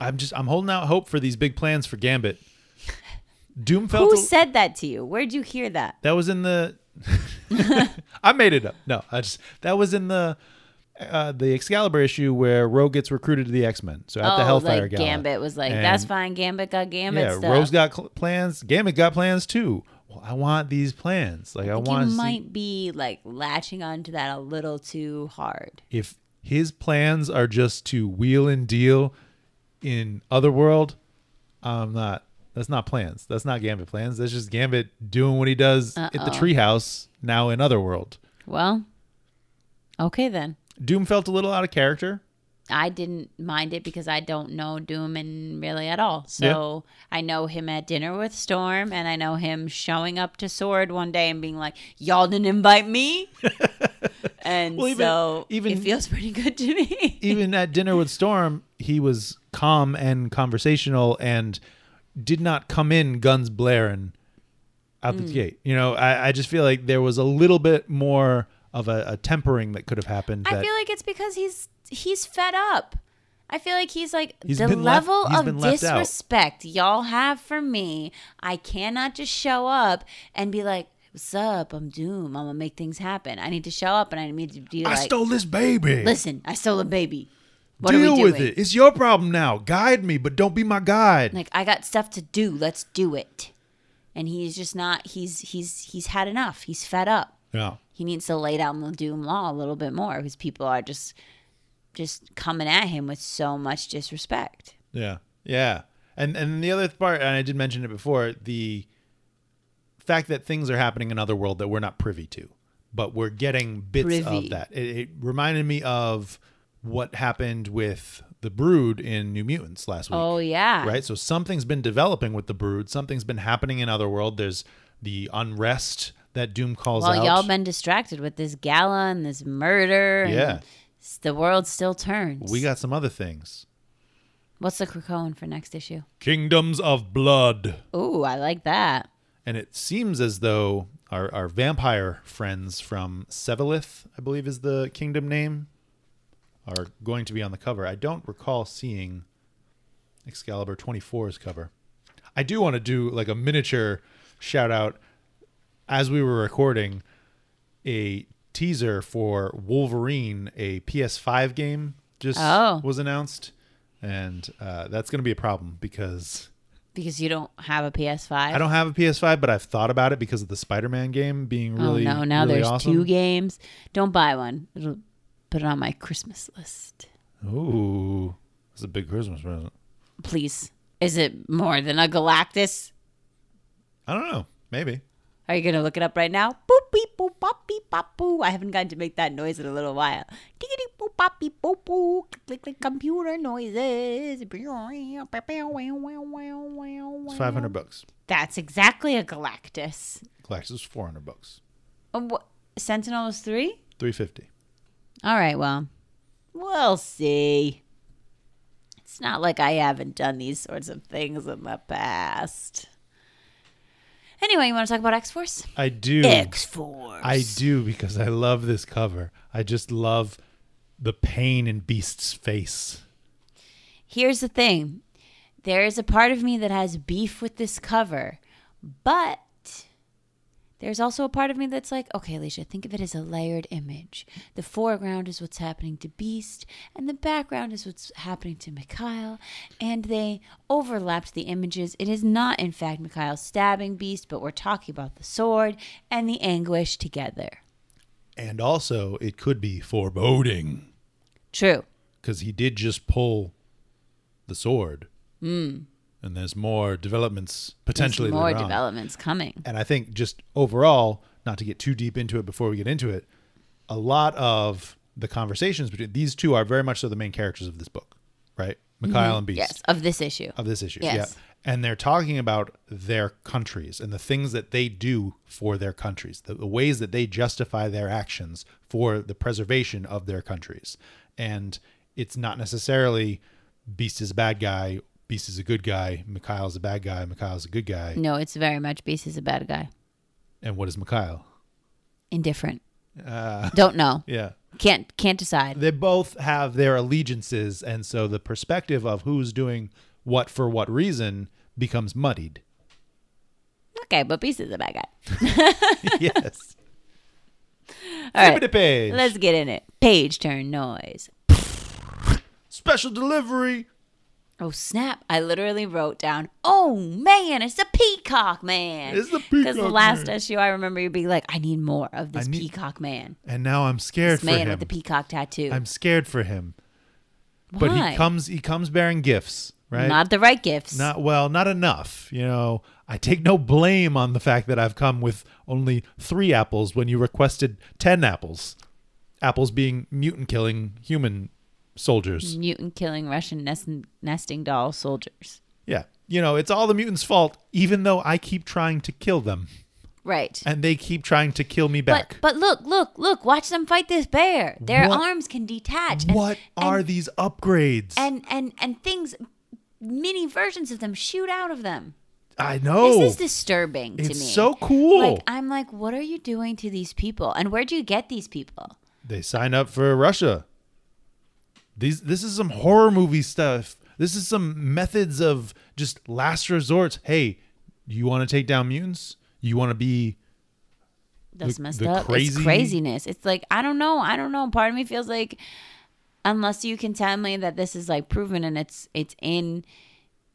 Speaker 1: I'm just I'm holding out hope for these big plans for Gambit. Doom felt
Speaker 2: Who
Speaker 1: a-
Speaker 2: said that to you? Where'd you hear that?
Speaker 1: that was in the. (laughs) I made it up. No, I just that was in the. Uh, the Excalibur issue where Rogue gets recruited to the X Men, so at the Hellfire
Speaker 2: Oh, like
Speaker 1: Gala,
Speaker 2: Gambit was like, "That's
Speaker 1: And-
Speaker 2: fine. Gambit got Gambit
Speaker 1: Yeah,
Speaker 2: stuff."
Speaker 1: Rose got cl- plans. Gambit got plans too. Well, I want these plans. Like I,
Speaker 2: you
Speaker 1: want to see
Speaker 2: might be like latching onto that a little too hard.
Speaker 1: if his plans are just to wheel and deal in otherworld i'm not that's not plans that's not gambit plans that's just gambit doing what he does
Speaker 2: Uh-uh.
Speaker 1: at the treehouse now in otherworld
Speaker 2: Well, okay then.
Speaker 1: doom felt a little out of character
Speaker 2: I didn't mind it because I don't know Doom and really at all. So I know him at dinner with Storm, and I know him showing up to Sword one day and being like, "Y'all didn't
Speaker 1: (laughs)
Speaker 2: invite me," and
Speaker 1: Well, even-
Speaker 2: so
Speaker 1: even-
Speaker 2: it feels pretty good to me.
Speaker 1: even at dinner with storm he was calm and conversational and did not come in guns blaring out
Speaker 2: Hmm.
Speaker 1: the gate you know I, I just feel like there was a little bit more of a, a tempering that could have happened that
Speaker 2: I feel like it's because he's he's fed up. I feel like he's like
Speaker 1: He's
Speaker 2: the
Speaker 1: been left-
Speaker 2: level
Speaker 1: he's been
Speaker 2: of
Speaker 1: left out."
Speaker 2: disrespect y'all have for me. I cannot just show up and be like, "What's up? I'm Doom. I'm gonna make things happen. I need to show up and I need to be like."
Speaker 1: this baby
Speaker 2: Listen, I stole a baby. What are
Speaker 1: Deal
Speaker 2: we doing?
Speaker 1: with it. It's your problem now. Guide me, but don't be my guide.
Speaker 2: Like I got stuff to do. Let's do it. And he's just not. He's he's he's had enough. He's fed up.
Speaker 1: yeah.
Speaker 2: he needs to lay down the doom law a little bit more because people are just just coming at him with so much disrespect.
Speaker 1: Yeah. Yeah. And and the other part, and I did mention it before, the fact that things are happening in other world that we're not privy to, but we're getting bits
Speaker 2: Privy.
Speaker 1: of that. It, it reminded me of what happened with the Brood in New Mutants last week.
Speaker 2: Oh yeah.
Speaker 1: Right. So something's been developing with the Brood. Something's been happening in other world. There's the unrest that Doom calls
Speaker 2: Well,
Speaker 1: out.
Speaker 2: y'all been distracted with this gala and this murder. and
Speaker 1: Yeah.
Speaker 2: s- the world still turns.
Speaker 1: we got some other things.
Speaker 2: What's the Krakoan for next issue?
Speaker 1: Kingdoms of Blood.
Speaker 2: Ooh, I like that.
Speaker 1: And it seems as though our, our vampire friends from Sevelith, I believe is the kingdom name, are going to be on the cover. I don't recall seeing Excalibur 24's cover. I do want to do like a miniature shout out as we were recording a teaser for Wolverine, a PS5 game just
Speaker 2: Oh.
Speaker 1: was announced. And uh, that's going to be a problem because
Speaker 2: Because you don't have a PS5.
Speaker 1: I don't have a PS5, but I've thought about it because of the Spider-Man game being really.
Speaker 2: oh no! Now
Speaker 1: really
Speaker 2: there's
Speaker 1: awesome.
Speaker 2: two games. Don't buy one. It'll put it on my Christmas list,
Speaker 1: Ooh, that's a big Christmas present.
Speaker 2: please. Is it more than a Galactus?
Speaker 1: I don't know. Maybe.
Speaker 2: Are you gonna look it up right now? Boop beep boop bop beep bop boo. I haven't gotten to make that noise in a little while. Diggity boop bop beep boop boo. Click click click. Computer noises.
Speaker 1: It's five hundred bucks.
Speaker 2: That's exactly a Galactus.
Speaker 1: Galactus is four hundred bucks.
Speaker 2: Oh, wha- Sentinel is three.
Speaker 1: Three fifty.
Speaker 2: All right, well, we'll see. It's not like I haven't done these sorts of things in the past. Anyway, you want to talk about X Force?
Speaker 1: I do.
Speaker 2: X Force.
Speaker 1: I do because I love this cover. I just love the pain in Beast's face.
Speaker 2: Here's the thing there is a part of me that has beef with this cover, but there's also a part of me that's like, okay, Alicia, think of it as a layered image. The foreground is what's happening to Beast, and the background is what's happening to Mikhail, and they overlapped the images. It is not, in fact, Mikhail stabbing Beast, but we're talking about the sword and the anguish together.
Speaker 1: And also, it could be foreboding
Speaker 2: True.
Speaker 1: because he did just pull the sword. Mm. And there's more developments
Speaker 2: Hmm. There's
Speaker 1: potentially
Speaker 2: more
Speaker 1: later on.
Speaker 2: developments coming.
Speaker 1: and I think just overall, not to get too deep into it before we get into it, a lot of the conversations between these two are very much so the main characters of this book, right? Mikhail and Beast
Speaker 2: Mm-hmm. Yes, of this issue.
Speaker 1: of this issue.
Speaker 2: Yes.
Speaker 1: Yeah. And they're talking about their countries and the things that they do for their countries, the, the ways that they justify their actions for the preservation of their countries. And it's not necessarily Beast is a bad guy, Beast is a good guy, Mikhail's a bad guy, Mikhail's a good guy.
Speaker 2: No, it's very much Beast is a bad guy.
Speaker 1: And what is Mikhail?
Speaker 2: Indifferent.
Speaker 1: Uh.
Speaker 2: Don't know.
Speaker 1: Yeah.
Speaker 2: Can't can't decide.
Speaker 1: they both have their allegiances and so the perspective of who's doing what for what reason becomes muddied (laughs)
Speaker 2: Okay, but Beast is a bad guy.
Speaker 1: yes
Speaker 2: All
Speaker 1: Flip it a
Speaker 2: (laughs) right,
Speaker 1: page.
Speaker 2: let's get in it. Page turn noise.
Speaker 1: special delivery
Speaker 2: Oh snap! I literally wrote down. Oh man, it's the peacock man.
Speaker 1: It's the
Speaker 2: Because the
Speaker 1: Peacock
Speaker 2: last
Speaker 1: Man.
Speaker 2: issue, I remember you being like, "I need more of this
Speaker 1: need-
Speaker 2: peacock man.
Speaker 1: and now i'm scared
Speaker 2: This
Speaker 1: for
Speaker 2: man
Speaker 1: him
Speaker 2: with the peacock tattoo.
Speaker 1: i'm scared for him
Speaker 2: Why?
Speaker 1: but he comes he comes bearing gifts right
Speaker 2: Not the right gifts.
Speaker 1: not well not enough you know i take no blame on the fact that i've come with only three apples when you requested ten apples apples being mutant killing human soldiers
Speaker 2: Mutant killing Russian nest- nesting doll soldiers.
Speaker 1: Yeah. You know, it's all the mutants' fault, even though I keep trying to kill them
Speaker 2: Right.
Speaker 1: and they keep trying to kill me back.
Speaker 2: But but look, look, look, watch them fight this bear. Their
Speaker 1: What-
Speaker 2: arms can detach. and-
Speaker 1: what are
Speaker 2: and,
Speaker 1: these upgrades?
Speaker 2: and and and things mini versions of them shoot out of them.
Speaker 1: I know.
Speaker 2: This is disturbing to
Speaker 1: Oh, it's
Speaker 2: me.
Speaker 1: so cool.
Speaker 2: Like I'm like, what are you doing to these people? And where do you get these people?
Speaker 1: they sign up for Russia. These this is some horror movie stuff. This is some methods of just last resorts. Hey, you want to take down mutants? You want to be
Speaker 2: That's
Speaker 1: The-
Speaker 2: messed
Speaker 1: the
Speaker 2: up.
Speaker 1: crazy-
Speaker 2: It's craziness. It's like I don't know. I don't know. Part of me feels like unless you can tell me that this is like proven and it's it's in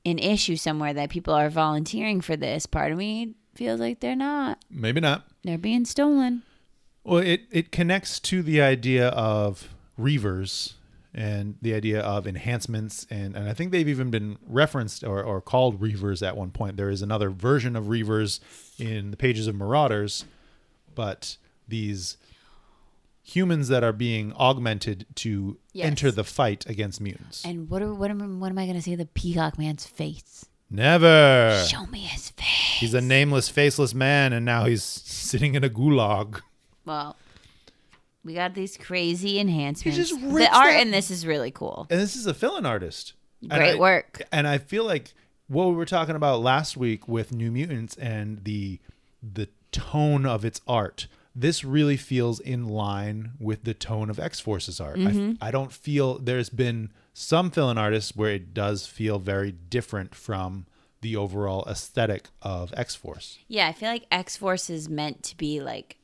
Speaker 2: an issue somewhere that people are volunteering for this, part of me feels like they're not.
Speaker 1: maybe not.
Speaker 2: They're being stolen.
Speaker 1: Well, it, it connects to the idea of Reavers and the idea of enhancements. And, and I think they've even been referenced or, or called Reavers at one point. There is another version of Reavers in the pages of Marauders, but these humans that are being augmented to
Speaker 2: Yes.
Speaker 1: enter the fight against mutants.
Speaker 2: And what are, what am what am I going to see the peacock man's face?
Speaker 1: Never.
Speaker 2: Show me his face.
Speaker 1: He's a nameless, faceless man, and now he's (laughs) sitting in a gulag.
Speaker 2: Well, we got these crazy enhancements.
Speaker 1: just
Speaker 2: the
Speaker 1: rips
Speaker 2: art
Speaker 1: that-
Speaker 2: in this is really cool.
Speaker 1: And this is a fill-in artist. And
Speaker 2: Great
Speaker 1: I-
Speaker 2: work.
Speaker 1: And I feel like what we were talking about last week with New Mutants and the the tone of its art. This really feels in line with the tone of X Force's art.
Speaker 2: Mm-hmm.
Speaker 1: I, I don't feel there's been some fill-in artists where it does feel very different from the overall aesthetic of X Force.
Speaker 2: Yeah, I feel like X Force is meant to be like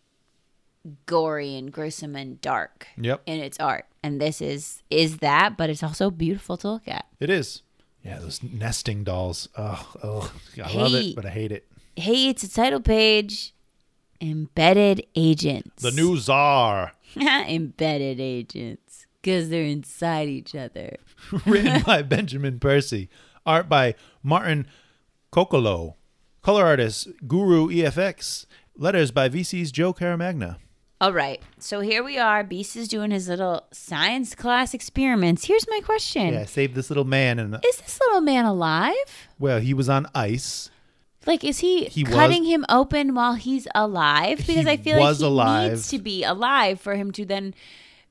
Speaker 2: gory and gruesome and dark
Speaker 1: Yep.
Speaker 2: in its art, and this is is that, but it's also beautiful to look at.
Speaker 1: It is. Yeah, those nesting dolls. Oh, oh I love
Speaker 2: Hey.
Speaker 1: it, but I hate it.
Speaker 2: Hey, it's a title page. Embedded agents.
Speaker 1: The new czar,
Speaker 2: (laughs) embedded agents because they're inside each other.
Speaker 1: (laughs) written by Benjamin Percy, art by Martin Kokolo, color artist Guru EFX, letters by VC's Joe Caramagna.
Speaker 2: All right, so here we are. Beast is doing his little science class experiments. Here's my question:
Speaker 1: Yeah, save this little man, and uh,
Speaker 2: Is this little man alive?
Speaker 1: well, he was on ice.
Speaker 2: Like, is he,
Speaker 1: He was-
Speaker 2: cutting him open while he's alive? Because
Speaker 1: He
Speaker 2: I feel like
Speaker 1: was
Speaker 2: he
Speaker 1: alive.
Speaker 2: needs to be alive for him to then.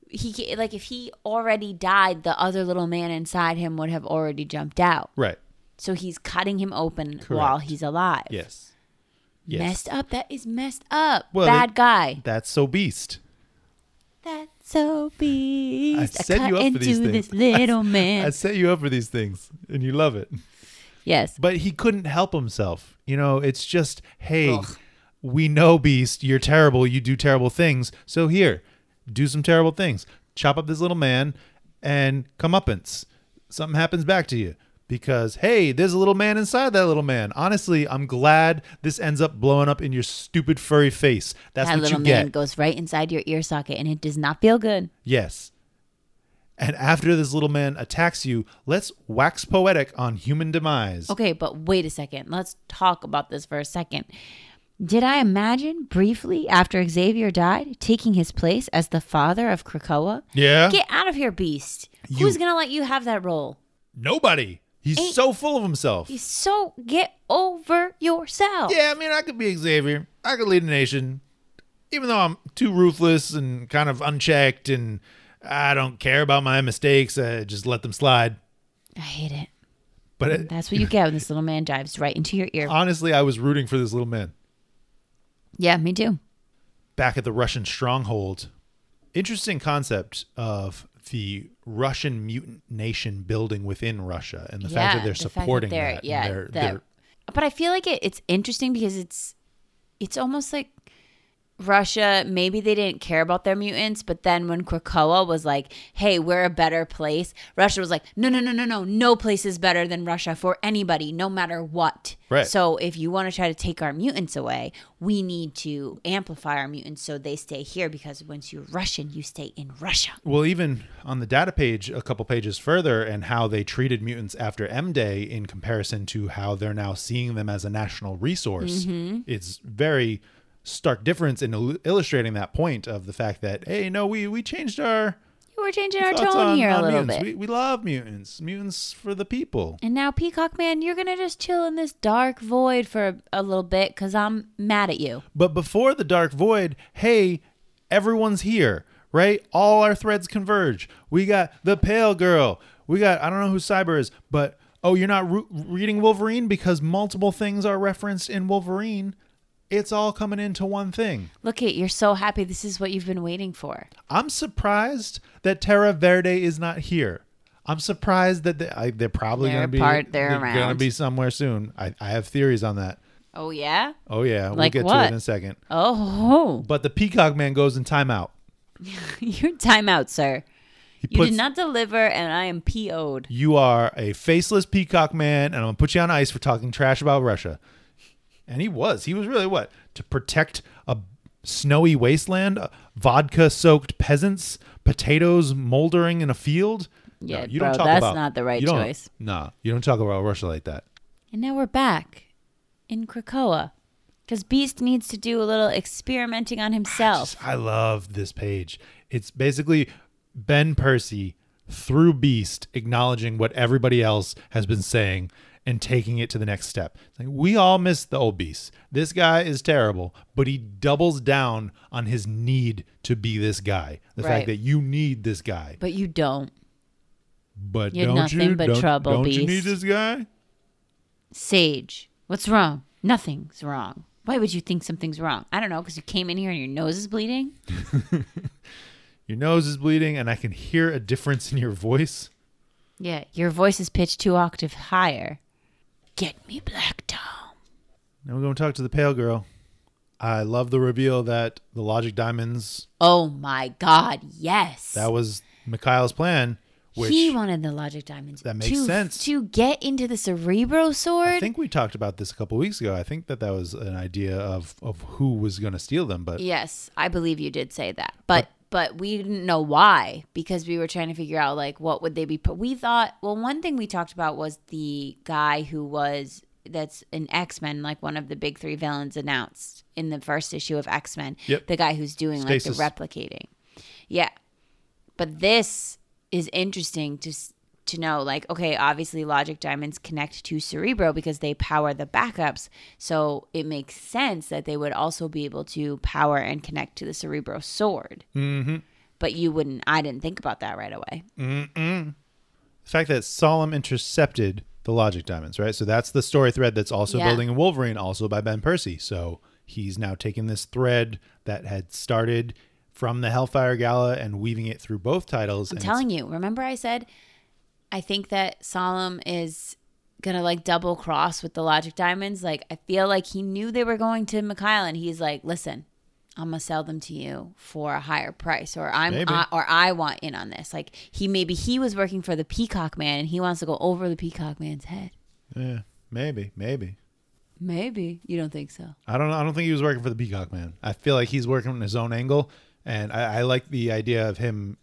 Speaker 2: He ca- like if he already died, the other little man inside him would have already jumped out.
Speaker 1: Right.
Speaker 2: So he's cutting him open while
Speaker 1: Correct.
Speaker 2: he's alive.
Speaker 1: Yes. Yes.
Speaker 2: Messed up. That is messed up.
Speaker 1: Well,
Speaker 2: Bad
Speaker 1: it-
Speaker 2: guy.
Speaker 1: That's so beast.
Speaker 2: That's so beast.
Speaker 1: I set you up for these
Speaker 2: into
Speaker 1: things. (laughs)
Speaker 2: this little man.
Speaker 1: I set you up for these things, and you love it.
Speaker 2: yes.
Speaker 1: but he couldn't help himself. You know, it's just, hey, we know Beast, you're terrible, you do terrible things. So here, do some terrible things. Chop up this little man and comeuppance. Something happens back to you because hey, there's a little man inside that little man. Honestly, I'm glad this ends up blowing up in your stupid furry face. That's
Speaker 2: That
Speaker 1: what
Speaker 2: little
Speaker 1: you
Speaker 2: man
Speaker 1: get.
Speaker 2: goes right inside your ear socket and it does not feel good.
Speaker 1: Yes. And after this little man attacks you, let's wax poetic on human demise.
Speaker 2: Okay, but wait a second. Let's talk about this for a second. Did I imagine briefly after Xavier died taking his place as the father of Krakoa?
Speaker 1: Yeah.
Speaker 2: Get out of here, beast.
Speaker 1: Uh, You-
Speaker 2: Who's going to let you have that role?
Speaker 1: Nobody. He's
Speaker 2: Ain't-
Speaker 1: so full of himself.
Speaker 2: So get over yourself.
Speaker 1: Yeah, I mean, I could be Xavier. I could lead a nation, even though I'm too ruthless and kind of unchecked, and I don't care about my mistakes. I just let them slide.
Speaker 2: I hate it.
Speaker 1: But it,
Speaker 2: That's what you get when this little man dives right into your ear.
Speaker 1: honestly, I was rooting for this little man
Speaker 2: Yeah, me too.
Speaker 1: back at the Russian stronghold. Interesting concept of the Russian mutant nation building within Russia, and the fact that they're
Speaker 2: the fact
Speaker 1: supporting
Speaker 2: they're-
Speaker 1: that. and
Speaker 2: Yeah,
Speaker 1: they're-
Speaker 2: that-
Speaker 1: they're-
Speaker 2: but I feel like it, it's interesting because it's it's almost like Russia. Maybe they didn't care about their mutants, but then when Krakoa was like, "Hey, we're a better place," Russia was like, "No, no, no, no, no. No place is better than Russia for anybody, no matter what."
Speaker 1: Right.
Speaker 2: So if you want to try to take our mutants away, we need to amplify our mutants so they stay here because once you're Russian, you stay in Russia.
Speaker 1: Well, even on the data page, a couple pages further, and how they treated mutants after M Day in comparison to how they're now seeing them as a national resource,
Speaker 2: Mm-hmm.
Speaker 1: it's very stark difference in il- illustrating that point of the fact that hey, no, we we changed our
Speaker 2: We're changing our
Speaker 1: thoughts
Speaker 2: tone
Speaker 1: on,
Speaker 2: here a
Speaker 1: on
Speaker 2: little
Speaker 1: mutants.
Speaker 2: bit.
Speaker 1: We, we love mutants, mutants for the people.
Speaker 2: And now, Peacock Man, you're going to just chill in this dark void for a, a little bit because I'm mad at you.
Speaker 1: But before the dark void, hey, everyone's here, right? All our threads converge. We got the pale girl. We got I don't know who Cyber is, but oh, you're not re- reading Wolverine because multiple things are referenced in Wolverine. It's all coming into one thing.
Speaker 2: Look at you're so happy. This is what you've been waiting for.
Speaker 1: I'm surprised that Terra Verde is not here. I'm surprised that they, I, they're probably
Speaker 2: They're
Speaker 1: going to be
Speaker 2: part- they're
Speaker 1: going to
Speaker 2: around.
Speaker 1: be somewhere soon. I, I have theories on that.
Speaker 2: Oh, yeah?
Speaker 1: Oh yeah,
Speaker 2: Like
Speaker 1: we'll get to
Speaker 2: what?
Speaker 1: it in a second.
Speaker 2: Oh, (laughs)
Speaker 1: But the Peacock Man goes in timeout.
Speaker 2: your timeout, sir.
Speaker 1: He
Speaker 2: You
Speaker 1: puts-
Speaker 2: did not deliver, and I am PO'd.
Speaker 1: you are a faceless peacock man, and I'm gonna put you on ice for talking trash about Russia. And he was. He was really what to protect a snowy wasteland, vodka soaked peasants, potatoes moldering in a field. No,
Speaker 2: Yeah,
Speaker 1: you
Speaker 2: bro,
Speaker 1: don't talk
Speaker 2: that's
Speaker 1: about,
Speaker 2: not the right
Speaker 1: you don't-
Speaker 2: choice.
Speaker 1: Nah, you don't talk about Russia like that.
Speaker 2: And now we're back in Krakoa because Beast needs to do a little experimenting on himself.
Speaker 1: I love this page. It's basically Ben Percy through Beast acknowledging what everybody else has been saying and taking it to the next step. It's like, we all miss the old Beast. This guy is terrible, but he doubles down on his need to be this guy. The
Speaker 2: Right.
Speaker 1: fact that you need this guy,
Speaker 2: But you don't.
Speaker 1: but
Speaker 2: You're
Speaker 1: don't
Speaker 2: nothing
Speaker 1: you
Speaker 2: but
Speaker 1: don't,
Speaker 2: trouble,
Speaker 1: don't you
Speaker 2: Beast.
Speaker 1: need this guy?
Speaker 2: Sage, what's wrong? Nothing's wrong. Why would you think something's wrong? I don't know because you came in here and your nose is bleeding.
Speaker 1: Your nose is bleeding, and I can hear a difference in your voice.
Speaker 2: Yeah, your voice is pitched two octave higher. Get me Black Tom.
Speaker 1: Now we're going to talk to the pale girl. I love the reveal that the Logic Diamonds
Speaker 2: Oh my God, yes.
Speaker 1: That was Mikhail's plan, which
Speaker 2: he wanted the logic diamonds.
Speaker 1: That makes
Speaker 2: to,
Speaker 1: sense.
Speaker 2: To get into the Cerebro sword.
Speaker 1: I think we talked about this a couple weeks ago. I think that that was an idea of of who was going to steal them, but
Speaker 2: Yes, I believe you did say that. But but we didn't know why because we were trying to figure out like what would they be put. We thought well one thing we talked about was the guy who was that's an X-Men like one of the big 3 villains announced in the first issue of X-Men.
Speaker 1: Yep.
Speaker 2: The guy who's doing
Speaker 1: Stasis.
Speaker 2: like the replicating. Yeah. But this is interesting to s- to know like okay, obviously logic diamonds connect to Cerebro because they power the backups. So it makes sense that they would also be able to power and connect to the Cerebro sword. Mhm. But you wouldn't I didn't think about that right away.
Speaker 1: the fact that Solemn intercepted the Logic Diamonds, right? So that's the story thread that's also
Speaker 2: Yeah.
Speaker 1: building in Wolverine, also by Ben Percy. So he's now taking this thread that had started from the Hellfire Gala and weaving it through both titles.
Speaker 2: I'm
Speaker 1: and
Speaker 2: telling you, remember I said I think that Solemn is gonna like double cross with the Logic Diamonds. Like I feel like he knew they were going to Mikhail and he's like, Listen, I'm gonna sell them to you for a higher price or I'm
Speaker 1: Maybe.
Speaker 2: I, or I want in on this. Like he maybe he was working for the peacock man and he wants to go over the peacock man's head.
Speaker 1: it's- yeah, maybe, maybe.
Speaker 2: Maybe. You don't think so.
Speaker 1: I don't. know. I don't think he was working for the Peacock Man. I feel like he's working on his own angle, and I, I like the idea of him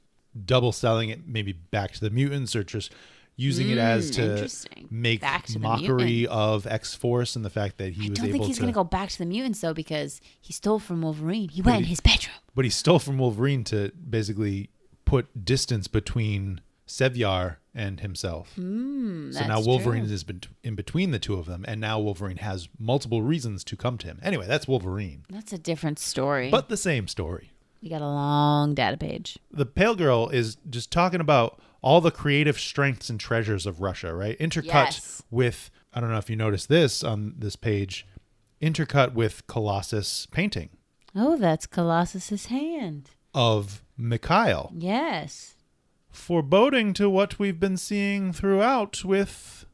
Speaker 1: double selling it, maybe back to the mutants, or just using it as to
Speaker 2: Hmm, interesting.
Speaker 1: make
Speaker 2: Back to the
Speaker 1: mockery
Speaker 2: mutant.
Speaker 1: of X Force and the fact that he
Speaker 2: I
Speaker 1: was
Speaker 2: don't
Speaker 1: able
Speaker 2: think he's
Speaker 1: to.
Speaker 2: gonna go back to the mutants though because he stole from Wolverine. He went in
Speaker 1: he-
Speaker 2: his bedroom.
Speaker 1: But he stole from Wolverine to basically put distance between Sevyar and himself. so now
Speaker 2: Hmm, Mm, that's
Speaker 1: Wolverine
Speaker 2: true.
Speaker 1: is bet- in between the two of them, and now Wolverine has multiple reasons to come to him. Anyway, that's Wolverine,
Speaker 2: That's a different story.
Speaker 1: but the same story.
Speaker 2: we got a long data page.
Speaker 1: the pale girl is just talking about all the creative strengths and treasures of Russia, right? Intercut
Speaker 2: Yes.
Speaker 1: with I don't know if you noticed this on this page, intercut with Colossus painting
Speaker 2: Oh, that's Colossus's hand.
Speaker 1: of Mikhail,
Speaker 2: Yes.
Speaker 1: foreboding to what we've been seeing throughout with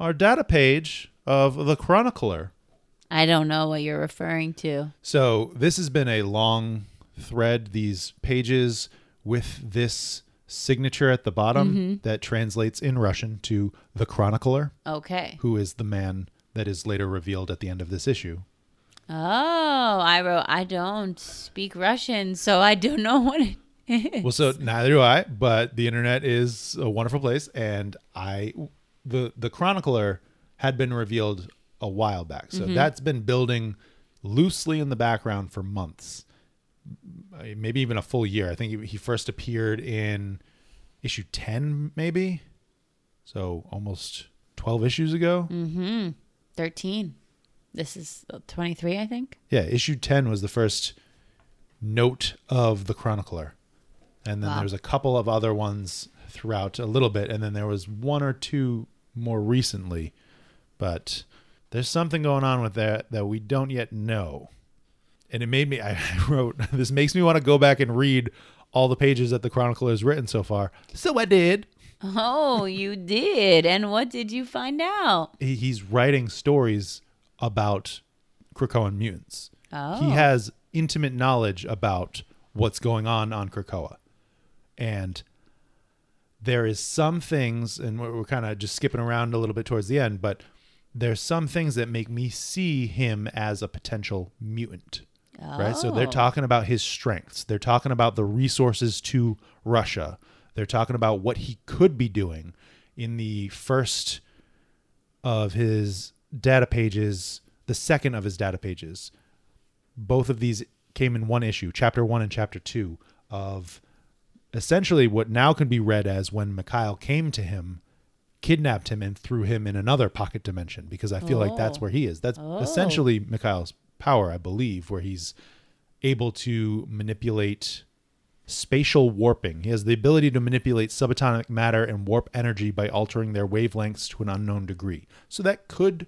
Speaker 1: our data page of the chronicler.
Speaker 2: I don't know what you're referring to.
Speaker 1: So this has been a long thread, these pages with this signature at the bottom that translates in Russian to the chronicler,
Speaker 2: Okay.
Speaker 1: who is the man that is later revealed at the end of this issue.
Speaker 2: Oh, I wrote I don't speak Russian, so I don't know (laughs) what it is.
Speaker 1: Well, so neither do I, but the internet is a wonderful place and I the the chronicler had been revealed a while back. So that's been building loosely in the background for months. Uh, Maybe even a full year. I think he- he first appeared in issue 10 maybe. So almost 12 issues ago.
Speaker 2: 13. This is 23, I think.
Speaker 1: Yeah, issue 10 was the first note of the Chronicler. And then
Speaker 2: Wow.
Speaker 1: there was a couple of other ones throughout a little bit. And then there was one or two more recently. But there's something going on with that that we don't yet know. And it made me, (laughs) I wrote, this makes me want to go back and read all the pages that the Chronicler has written so far. So I did.
Speaker 2: Oh, you did. And what did you find out?
Speaker 1: he, he's writing stories about Krakoan mutants.
Speaker 2: Oh.
Speaker 1: He has intimate knowledge about what's going on on Krakoa. And there is some things, and we're, we're kind of just skipping around a little bit towards the end, but there's some things that make me see him as a potential mutant. right? So they're
Speaker 2: Oh.
Speaker 1: talking about his strengths. They're talking about the resources to Russia. They're talking about what he could be doing in the first of his data pages, the second of his data pages. Both of these came in one issue, chapter one and chapter two, of essentially what now can be read as when Mikhail came to him, kidnapped him, and threw him in another pocket dimension, because I feel like that's
Speaker 2: Oh.
Speaker 1: where he is. That's
Speaker 2: Oh.
Speaker 1: essentially Mikhail's power, I believe, where he's able to manipulate spatial warping. He has the ability to manipulate subatomic matter and warp energy by altering their wavelengths to an unknown degree. So that could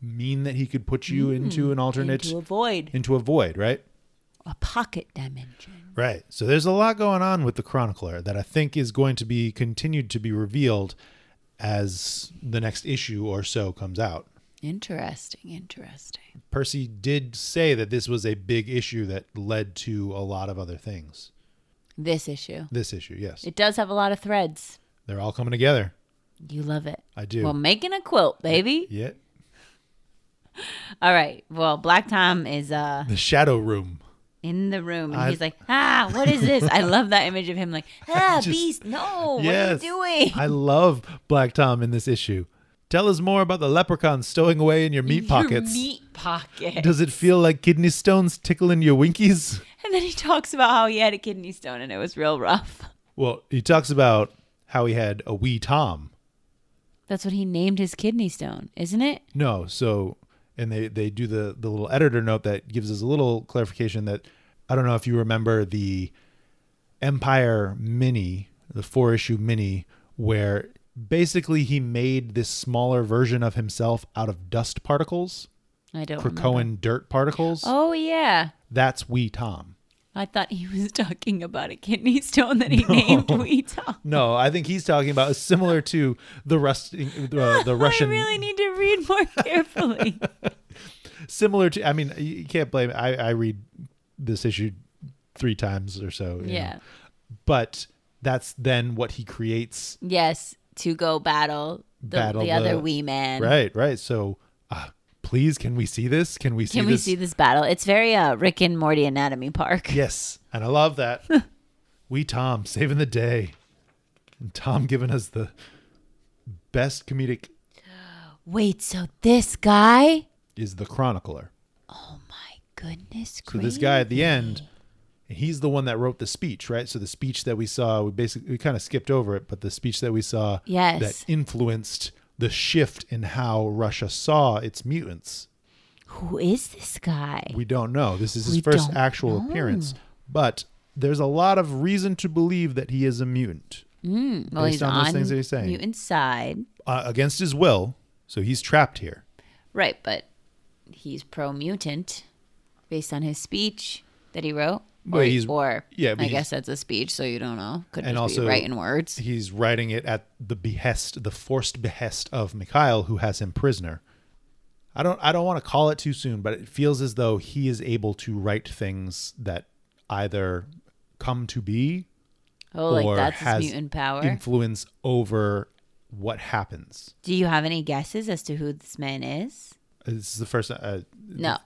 Speaker 1: mean that he could put you into an alternate
Speaker 2: Hmm. Into a void,
Speaker 1: into a void, right?
Speaker 2: a pocket dimension.
Speaker 1: Right. So there's a lot going on with the Chronicler that I think is going to be continued to be revealed as the next issue or so comes out.
Speaker 2: Interesting, interesting.
Speaker 1: Percy did say that this was a big issue that led to a lot of other things.
Speaker 2: This issue.
Speaker 1: This issue, yes.
Speaker 2: It does have a lot of threads.
Speaker 1: They're all coming together.
Speaker 2: You love it.
Speaker 1: I do.
Speaker 2: Well, making a quilt, baby.
Speaker 1: yeah.
Speaker 2: All right. Well, Black Tom is uh
Speaker 1: The Shadow Room.
Speaker 2: in the room and
Speaker 1: I-
Speaker 2: he's like, ah, what is this? I love that image of him
Speaker 1: (laughs)
Speaker 2: like, ah,
Speaker 1: Just-
Speaker 2: beast, no,
Speaker 1: Yes.
Speaker 2: what are you doing?
Speaker 1: I love Black Tom in this issue. Tell us more about the leprechaun stowing away in your meat pockets.
Speaker 2: (laughs) Your meat pocket.
Speaker 1: Does it feel like kidney stones tickling your winkies?
Speaker 2: and then he talks about how he had a kidney stone and it was real rough.
Speaker 1: Well, he talks about how he had a wee Tom.
Speaker 2: That's what he named his kidney stone, isn't it?
Speaker 1: No, so and they they do the the little editor note that gives us a little clarification that I don't know if you remember the Empire mini, the four issue mini, where basically he made this smaller version of himself out of dust particles,
Speaker 2: I don't remember.
Speaker 1: Krakoan dirt particles.
Speaker 2: Oh yeah.
Speaker 1: That's Wee Tom.
Speaker 2: I thought he was talking about a kidney (laughs) stone that he named Wee Tom.
Speaker 1: No, I think he's talking about (laughs) similar to the rusting,
Speaker 2: (laughs)
Speaker 1: uh, the (laughs) Russian
Speaker 2: I really need to read more
Speaker 1: (laughs)
Speaker 2: carefully.
Speaker 1: similar to i mean you you can't blame i i read this issue three times or so you know.
Speaker 2: yeah.
Speaker 1: but that's then what he creates
Speaker 2: Yes. To go battle the,
Speaker 1: Battle
Speaker 2: the other
Speaker 1: the-
Speaker 2: wee man.
Speaker 1: right right so uh, please can we see this can we see
Speaker 2: Can we
Speaker 1: this
Speaker 2: see this battle? It's very uh, Rick and Morty Anatomy Park.
Speaker 1: yes and i love
Speaker 2: (laughs)
Speaker 1: that we tom saving the day and tom giving us the best comedic
Speaker 2: Wait, so this guy?
Speaker 1: is the chronicler
Speaker 2: My goodness
Speaker 1: So
Speaker 2: gracious.
Speaker 1: this guy at the end, he's the one that wrote the speech, right? So the speech that we saw, we basically we kind of skipped over it, but the speech that we saw
Speaker 2: Yes.
Speaker 1: that influenced the shift in how Russia saw its mutants.
Speaker 2: Who is this guy?
Speaker 1: We don't know. This is his
Speaker 2: We
Speaker 1: first
Speaker 2: don't
Speaker 1: actual appearance, but there's a lot of reason to believe that he is a mutant
Speaker 2: well,
Speaker 1: based
Speaker 2: he's
Speaker 1: on those things that he's saying.
Speaker 2: Mutant side.
Speaker 1: uh, against his will. So he's trapped here.
Speaker 2: Right, but he's pro mutant based on his speech that he wrote.
Speaker 1: Well,
Speaker 2: or,
Speaker 1: he's-
Speaker 2: or
Speaker 1: yeah, but
Speaker 2: I
Speaker 1: he's-
Speaker 2: guess that's a speech, so you don't know. Could
Speaker 1: And
Speaker 2: just
Speaker 1: also-
Speaker 2: be writing words.
Speaker 1: He's writing it at the behest, the forced behest of Mikhail, who has him prisoner. I don't I don't want to call it too soon, but it feels as though he is able to write things that either come to be
Speaker 2: Oh,
Speaker 1: or
Speaker 2: like that's
Speaker 1: has
Speaker 2: his mutant power.
Speaker 1: influence over what happens.
Speaker 2: Do you have any guesses as to who this man is?
Speaker 1: This is the first uh,
Speaker 2: No.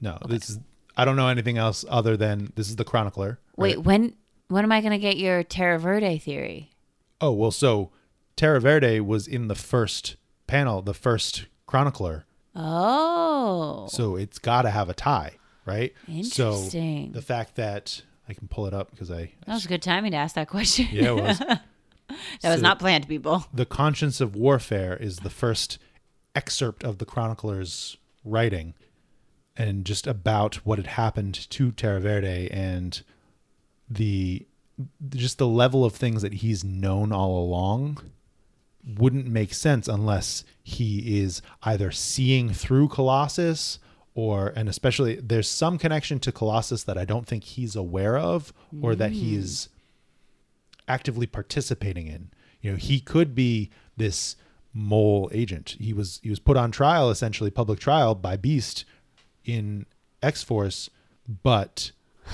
Speaker 1: no, this is I don't know anything else other than this is the chronicler.
Speaker 2: Wait, when when am I going to get your Terra Verde theory?
Speaker 1: Oh well, so Terra Verde was in the first panel, the first chronicler.
Speaker 2: Oh,
Speaker 1: So it's got to have a tie, right?
Speaker 2: Interesting.
Speaker 1: So the fact that I can pull it up because I
Speaker 2: that was good timing to ask that question.
Speaker 1: yeah, it was
Speaker 2: (laughs) that was
Speaker 1: so-
Speaker 2: not planned, people.
Speaker 1: the conscience of warfare is the first excerpt of the chronicler's writing, and just about what had happened to Terra Verde and the just the level of things that he's known all along wouldn't make sense unless he is either seeing through Colossus or and especially there's some connection to Colossus that I don't think he's aware of or that he is actively participating in. You know, he could be this mole agent. He was he was put on trial essentially public trial by Beast in X-Force, but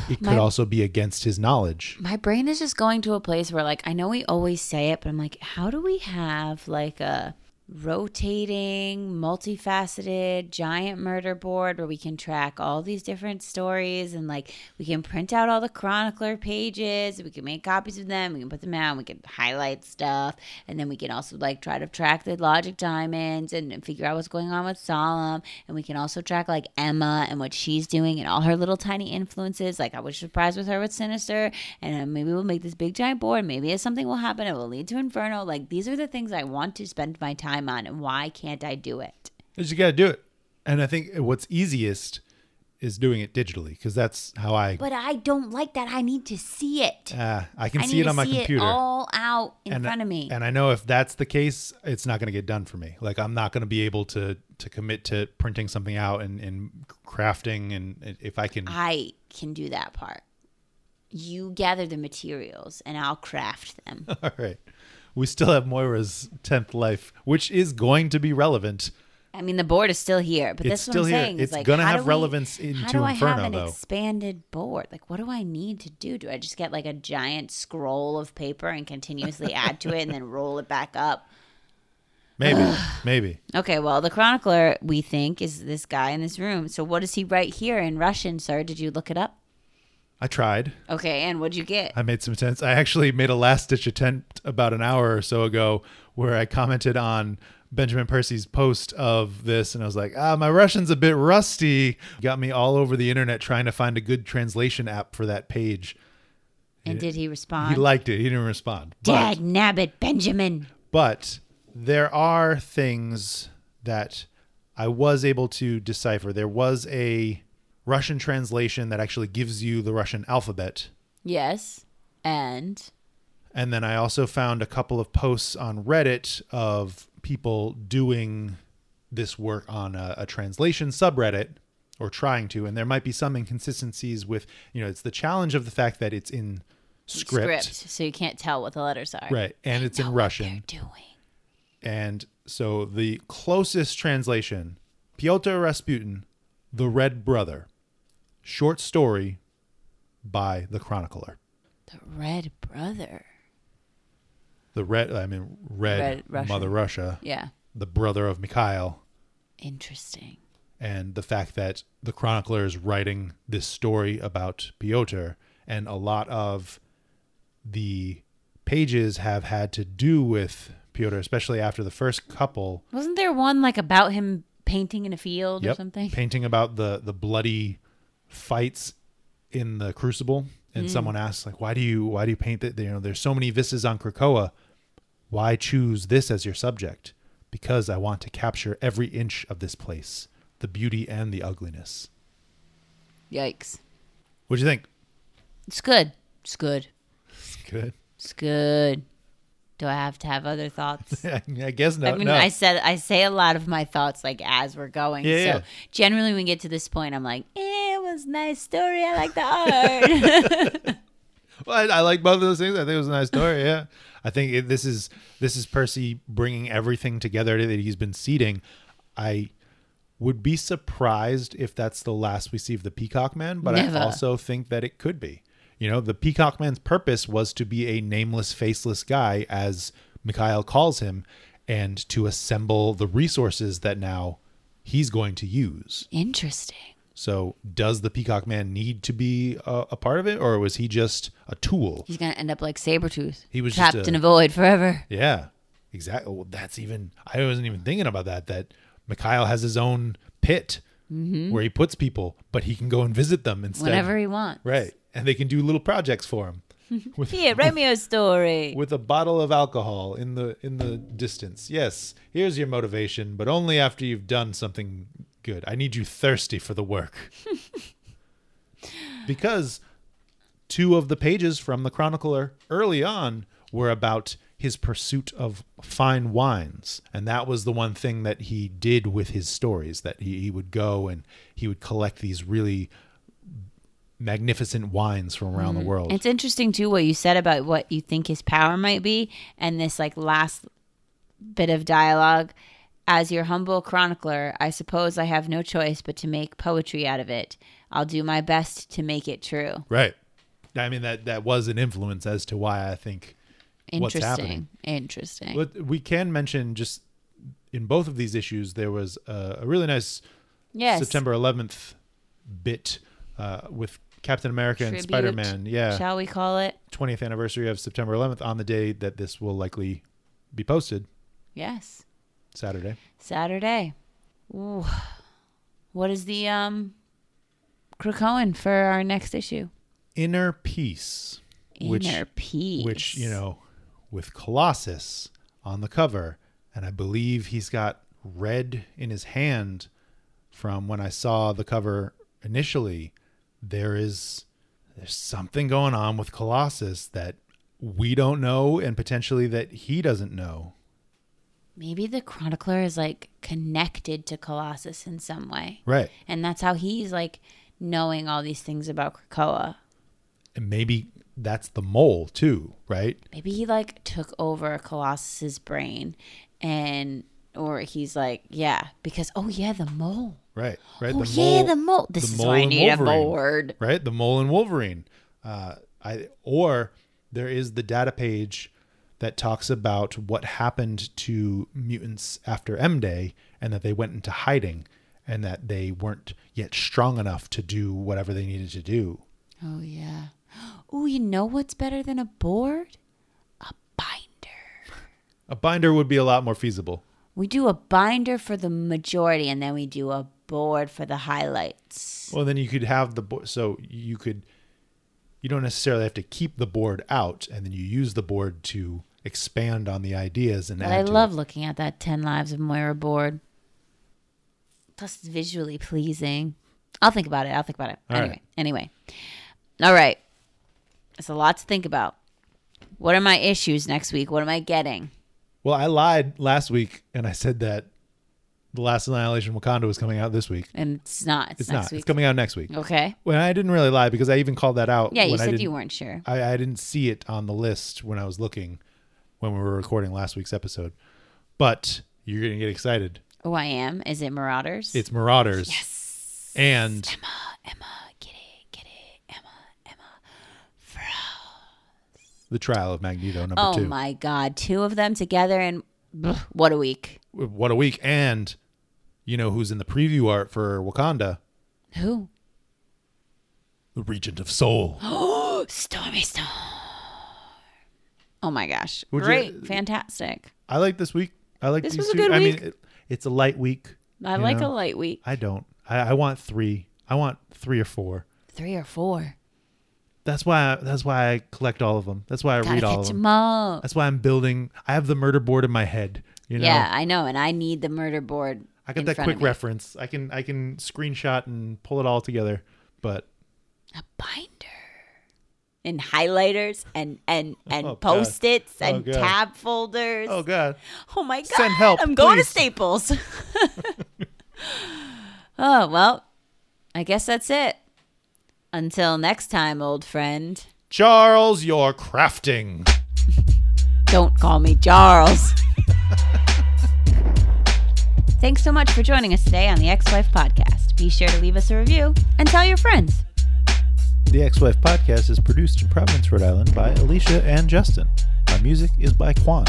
Speaker 1: it could
Speaker 2: My-
Speaker 1: also be against his knowledge.
Speaker 2: My brain is just going to a place where, like, I know we always say it, but I'm like, how do we have like a rotating, multifaceted, giant murder board where we can track all these different stories and like we can print out all the chronicler pages, we can make copies of them, we can put them out, we can highlight stuff, and then we can also like try to track the logic diamonds and, and figure out what's going on with Solemn, and we can also track like Emma and what she's doing and all her little tiny influences. Like I was surprised with her with Sinister, and uh, maybe we'll make this big giant board. Maybe if something will happen, it will lead to Inferno. Like these are the things I want to spend my time on, and why can't I do it?
Speaker 1: You just got to do it. And I think what's easiest is doing it digitally because that's how I
Speaker 2: But I don't like that. I need to see it.
Speaker 1: uh, I can
Speaker 2: I need
Speaker 1: see it
Speaker 2: to
Speaker 1: on my
Speaker 2: see
Speaker 1: computer.
Speaker 2: it all out in
Speaker 1: and, uh,
Speaker 2: front of me.
Speaker 1: And I know if that's the case, it's not going to get done for me. Like I'm not going to be able to to commit to printing something out and, and crafting and if I can
Speaker 2: I can do that part. You gather the materials, and I'll craft them.
Speaker 1: (laughs) All right. We still have Moira's 10th life, which is going to be relevant.
Speaker 2: I mean, the board is still here, but
Speaker 1: It's
Speaker 2: that's what
Speaker 1: still
Speaker 2: I'm
Speaker 1: here.
Speaker 2: saying. is,
Speaker 1: It's
Speaker 2: like,
Speaker 1: gonna
Speaker 2: how
Speaker 1: have
Speaker 2: do we-
Speaker 1: relevance
Speaker 2: How
Speaker 1: into
Speaker 2: do I
Speaker 1: Inferno,
Speaker 2: have an
Speaker 1: though.
Speaker 2: expanded board? Like, what do I need to do? Do I just get like a giant scroll of paper and continuously add to it and then roll it back up? (laughs)
Speaker 1: Maybe.
Speaker 2: (sighs)
Speaker 1: maybe.
Speaker 2: Okay, well, the chronicler we think is this guy in this room. So, what does he write here in Russian, sir? Did you look it up?
Speaker 1: I tried.
Speaker 2: Okay, and what'd you get?
Speaker 1: I made some sense. I actually made a last ditch attempt about an hour or so ago where I commented on Benjamin Percy's post of this and I was like, ah, my Russian's a bit rusty. Got me all over the internet trying to find a good translation app for that page.
Speaker 2: and did he
Speaker 1: He
Speaker 2: respond?
Speaker 1: liked it. He didn't respond.
Speaker 2: Dad, nabbit, Benjamin.
Speaker 1: but there are things that I was able to decipher. There was a Russian translation that actually gives you the Russian alphabet.
Speaker 2: Yes, and
Speaker 1: And then I also found a couple of posts on Reddit of people doing this work on a, a translation subreddit or trying to. And there might be some inconsistencies with, you know, it's the challenge of the fact that it's in script.
Speaker 2: so you can't tell what the letters are.
Speaker 1: Right. And it's in Russian.
Speaker 2: Doing.
Speaker 1: And so the closest translation Pyotr Rasputin, The Red Brother, short story by the chronicler.
Speaker 2: The Red Brother.
Speaker 1: The red, I mean, red,
Speaker 2: Red Russian.
Speaker 1: Mother Russia,
Speaker 2: Yeah.
Speaker 1: the brother of Mikhail,
Speaker 2: Interesting.
Speaker 1: and the fact that the chronicler is writing this story about Pyotr, and a lot of the pages have had to do with Pyotr, especially after the first couple.
Speaker 2: Wasn't there one like about him painting in a field or something? (laughs)
Speaker 1: Painting about the the bloody fights in the Crucible, and
Speaker 2: Mm.
Speaker 1: someone asks like, "Why do you why do you paint that? You know, there's so many vistas on Krakoa. Why choose this as your subject? Because I want to capture every inch of this place, the beauty and the ugliness."
Speaker 2: Yikes.
Speaker 1: What do you think?
Speaker 2: It's good. It's good.
Speaker 1: Good. (laughs)
Speaker 2: It's good. Do I have to have
Speaker 1: (laughs)
Speaker 2: other thoughts?
Speaker 1: I guess no.
Speaker 2: I mean,
Speaker 1: no.
Speaker 2: I said I say a lot of my thoughts like as we're going.
Speaker 1: Yeah,
Speaker 2: so
Speaker 1: yeah.
Speaker 2: generally, when we get to this point, I'm like, eh, it was nice story. I like the (laughs) art.
Speaker 1: (laughs) Well, I, I like both of those things. I think it was a nice story. Yeah, I think it, this is this is Percy bringing everything together that he's been seeding. I would be surprised if that's the last we see of the Peacock Man, but
Speaker 2: Never.
Speaker 1: I also think that it could be. You know, the Peacock Man's purpose was to be a nameless, faceless guy, as Mikhail calls him, and to assemble the resources that now he's going to use.
Speaker 2: Interesting.
Speaker 1: So, does the Peacock Man need to be uh, a, a part of it, or was he just a tool?
Speaker 2: He's gonna end up like Sabretooth.
Speaker 1: He was just
Speaker 2: trapped
Speaker 1: a-
Speaker 2: in a void forever.
Speaker 1: Yeah, exactly. Well, that's even. I wasn't even thinking about that. That Mikhail has his own pit where he puts people, but he can go and visit them instead.
Speaker 2: Mm-hmm. Whenever he wants.
Speaker 1: right, and they can do little projects for him with
Speaker 2: Here, write me a story.
Speaker 1: with a bottle of alcohol in the in the distance. Yes, here's your motivation, but only after you've done something good. I need you thirsty for the work. because two of the pages from the chronicler early on were about his pursuit of fine wines and that was the one thing that he did with his stories that he, he would go and he would collect these really magnificent wines from around the world
Speaker 2: It's interesting too what you said about what you think his power might be, and this like last bit of dialogue. As your humble chronicler, I suppose I have no choice but to make poetry out of it. I'll do my best to make it true.
Speaker 1: Right. I mean that that was an influence as to why I think What's
Speaker 2: Interesting.
Speaker 1: happening?
Speaker 2: Interesting.
Speaker 1: but we can mention just in both of these issues, there was a, a really nice
Speaker 2: Yes.
Speaker 1: September 11th bit uh, with Captain America and
Speaker 2: Tribute,
Speaker 1: Spider Man. Yeah.
Speaker 2: Shall we call it?
Speaker 1: 20th anniversary of September 11th on the day that this will likely be posted,
Speaker 2: Yes.
Speaker 1: Saturday.
Speaker 2: Saturday. Ooh. What is the um Krakoan for our next issue?
Speaker 1: Inner Peace,
Speaker 2: Inner
Speaker 1: which
Speaker 2: peace.
Speaker 1: which you know, with Colossus on the cover, and I believe he's got red in his hand. From when I saw the cover initially, there is there's something going on with Colossus that we don't know, and potentially that he doesn't know.
Speaker 2: Maybe the chronicler is like connected to Colossus in some way.
Speaker 1: Right.
Speaker 2: And that's how he's like knowing all these things about Krakoa.
Speaker 1: And maybe that's the mole too, right?
Speaker 2: Maybe he like took over Colossus's brain and or he's like, yeah, because oh yeah, the mole.
Speaker 1: Right. Right.
Speaker 2: oh yeah, the mole. This
Speaker 1: the
Speaker 2: is
Speaker 1: mole
Speaker 2: why I
Speaker 1: and
Speaker 2: need a
Speaker 1: Wolverine.
Speaker 2: board.
Speaker 1: right? The mole and Wolverine. Uh, I or there is the data page that talks about what happened to mutants after M Day, and that they went into hiding, and that they weren't yet strong enough to do whatever they needed to do.
Speaker 2: Oh yeah. Oh, you know what's better than a board? A binder.
Speaker 1: A binder would be a lot more feasible.
Speaker 2: We do a binder for the majority, and then we do a board for the highlights.
Speaker 1: Well, then you could have the board, so you could. You don't necessarily have to keep the board out, and then you use the board to expand on the ideas and
Speaker 2: But
Speaker 1: add
Speaker 2: I
Speaker 1: to
Speaker 2: love looking at that Ten Lives of Moira board. Plus, it's visually pleasing. I'll think about it. I'll think about it.
Speaker 1: All right.
Speaker 2: anyway, anyway. All right. It's a lot to think about. What are my issues next week? What am I getting?
Speaker 1: Well, I lied last week and I said that The Last Annihilation Wakanda was coming out this week.
Speaker 2: And it's not. It's,
Speaker 1: It's
Speaker 2: next
Speaker 1: not. It's
Speaker 2: week.
Speaker 1: coming out next week.
Speaker 2: okay.
Speaker 1: Well, I didn't really lie because I even called that out.
Speaker 2: Yeah, you
Speaker 1: when I
Speaker 2: said
Speaker 1: didn't-
Speaker 2: you weren't sure.
Speaker 1: I, I didn't see it on the list when I was looking when we were recording last week's episode. But you're going to get excited.
Speaker 2: Oh, I am. Is it Marauders?
Speaker 1: It's Marauders. Yes. And
Speaker 2: Emma, get it, get it, Emma, Emma.
Speaker 1: The Trial of Magneto, number
Speaker 2: Oh
Speaker 1: two.
Speaker 2: my God, two of them together and bleh, what a week.
Speaker 1: What a week. And you know who's in the preview art for Wakanda?
Speaker 2: Who? (gasps)
Speaker 1: The Regent of Soul.
Speaker 2: Oh, Stormy Storm. Oh my gosh,
Speaker 1: Would you-
Speaker 2: great, fantastic.
Speaker 1: (gasps) I like this week. I like
Speaker 2: This
Speaker 1: these
Speaker 2: was a
Speaker 1: two.
Speaker 2: good
Speaker 1: I mean,
Speaker 2: week.
Speaker 1: it, it's a light week.
Speaker 2: I
Speaker 1: you
Speaker 2: like
Speaker 1: know?
Speaker 2: a light week.
Speaker 1: I don't. I, I want three. I want three or four.
Speaker 2: Three or four.
Speaker 1: That's why. I, that's why I collect all of them. That's why I
Speaker 2: Gotta
Speaker 1: read all
Speaker 2: catch
Speaker 1: of them.
Speaker 2: them all.
Speaker 1: That's why I'm building. I have the murder board in my head. You know.
Speaker 2: yeah, I know, and I need the murder board.
Speaker 1: I got
Speaker 2: in
Speaker 1: that
Speaker 2: front of
Speaker 1: quick
Speaker 2: me.
Speaker 1: reference. I can. I can screenshot and pull it all together. But
Speaker 2: A binder. And highlighters and and
Speaker 1: (laughs)
Speaker 2: and
Speaker 1: Oh, God.
Speaker 2: post its
Speaker 1: Oh,
Speaker 2: and
Speaker 1: God.
Speaker 2: tab folders.
Speaker 1: oh god,
Speaker 2: Oh my god!
Speaker 1: Send help,
Speaker 2: I'm going
Speaker 1: please. (laughs)
Speaker 2: to Staples. oh well, I guess that's it. Until next time, old friend.
Speaker 1: Charles, you're crafting.
Speaker 2: Don't call me Charles. (laughs) Thanks so much for joining us today on the Ex Wife Podcast. Be sure to leave us a review and tell your friends.
Speaker 1: The Ex-Wife Podcast is produced in Providence, Rhode Island by Alicia and Justin. Our music is by Quan.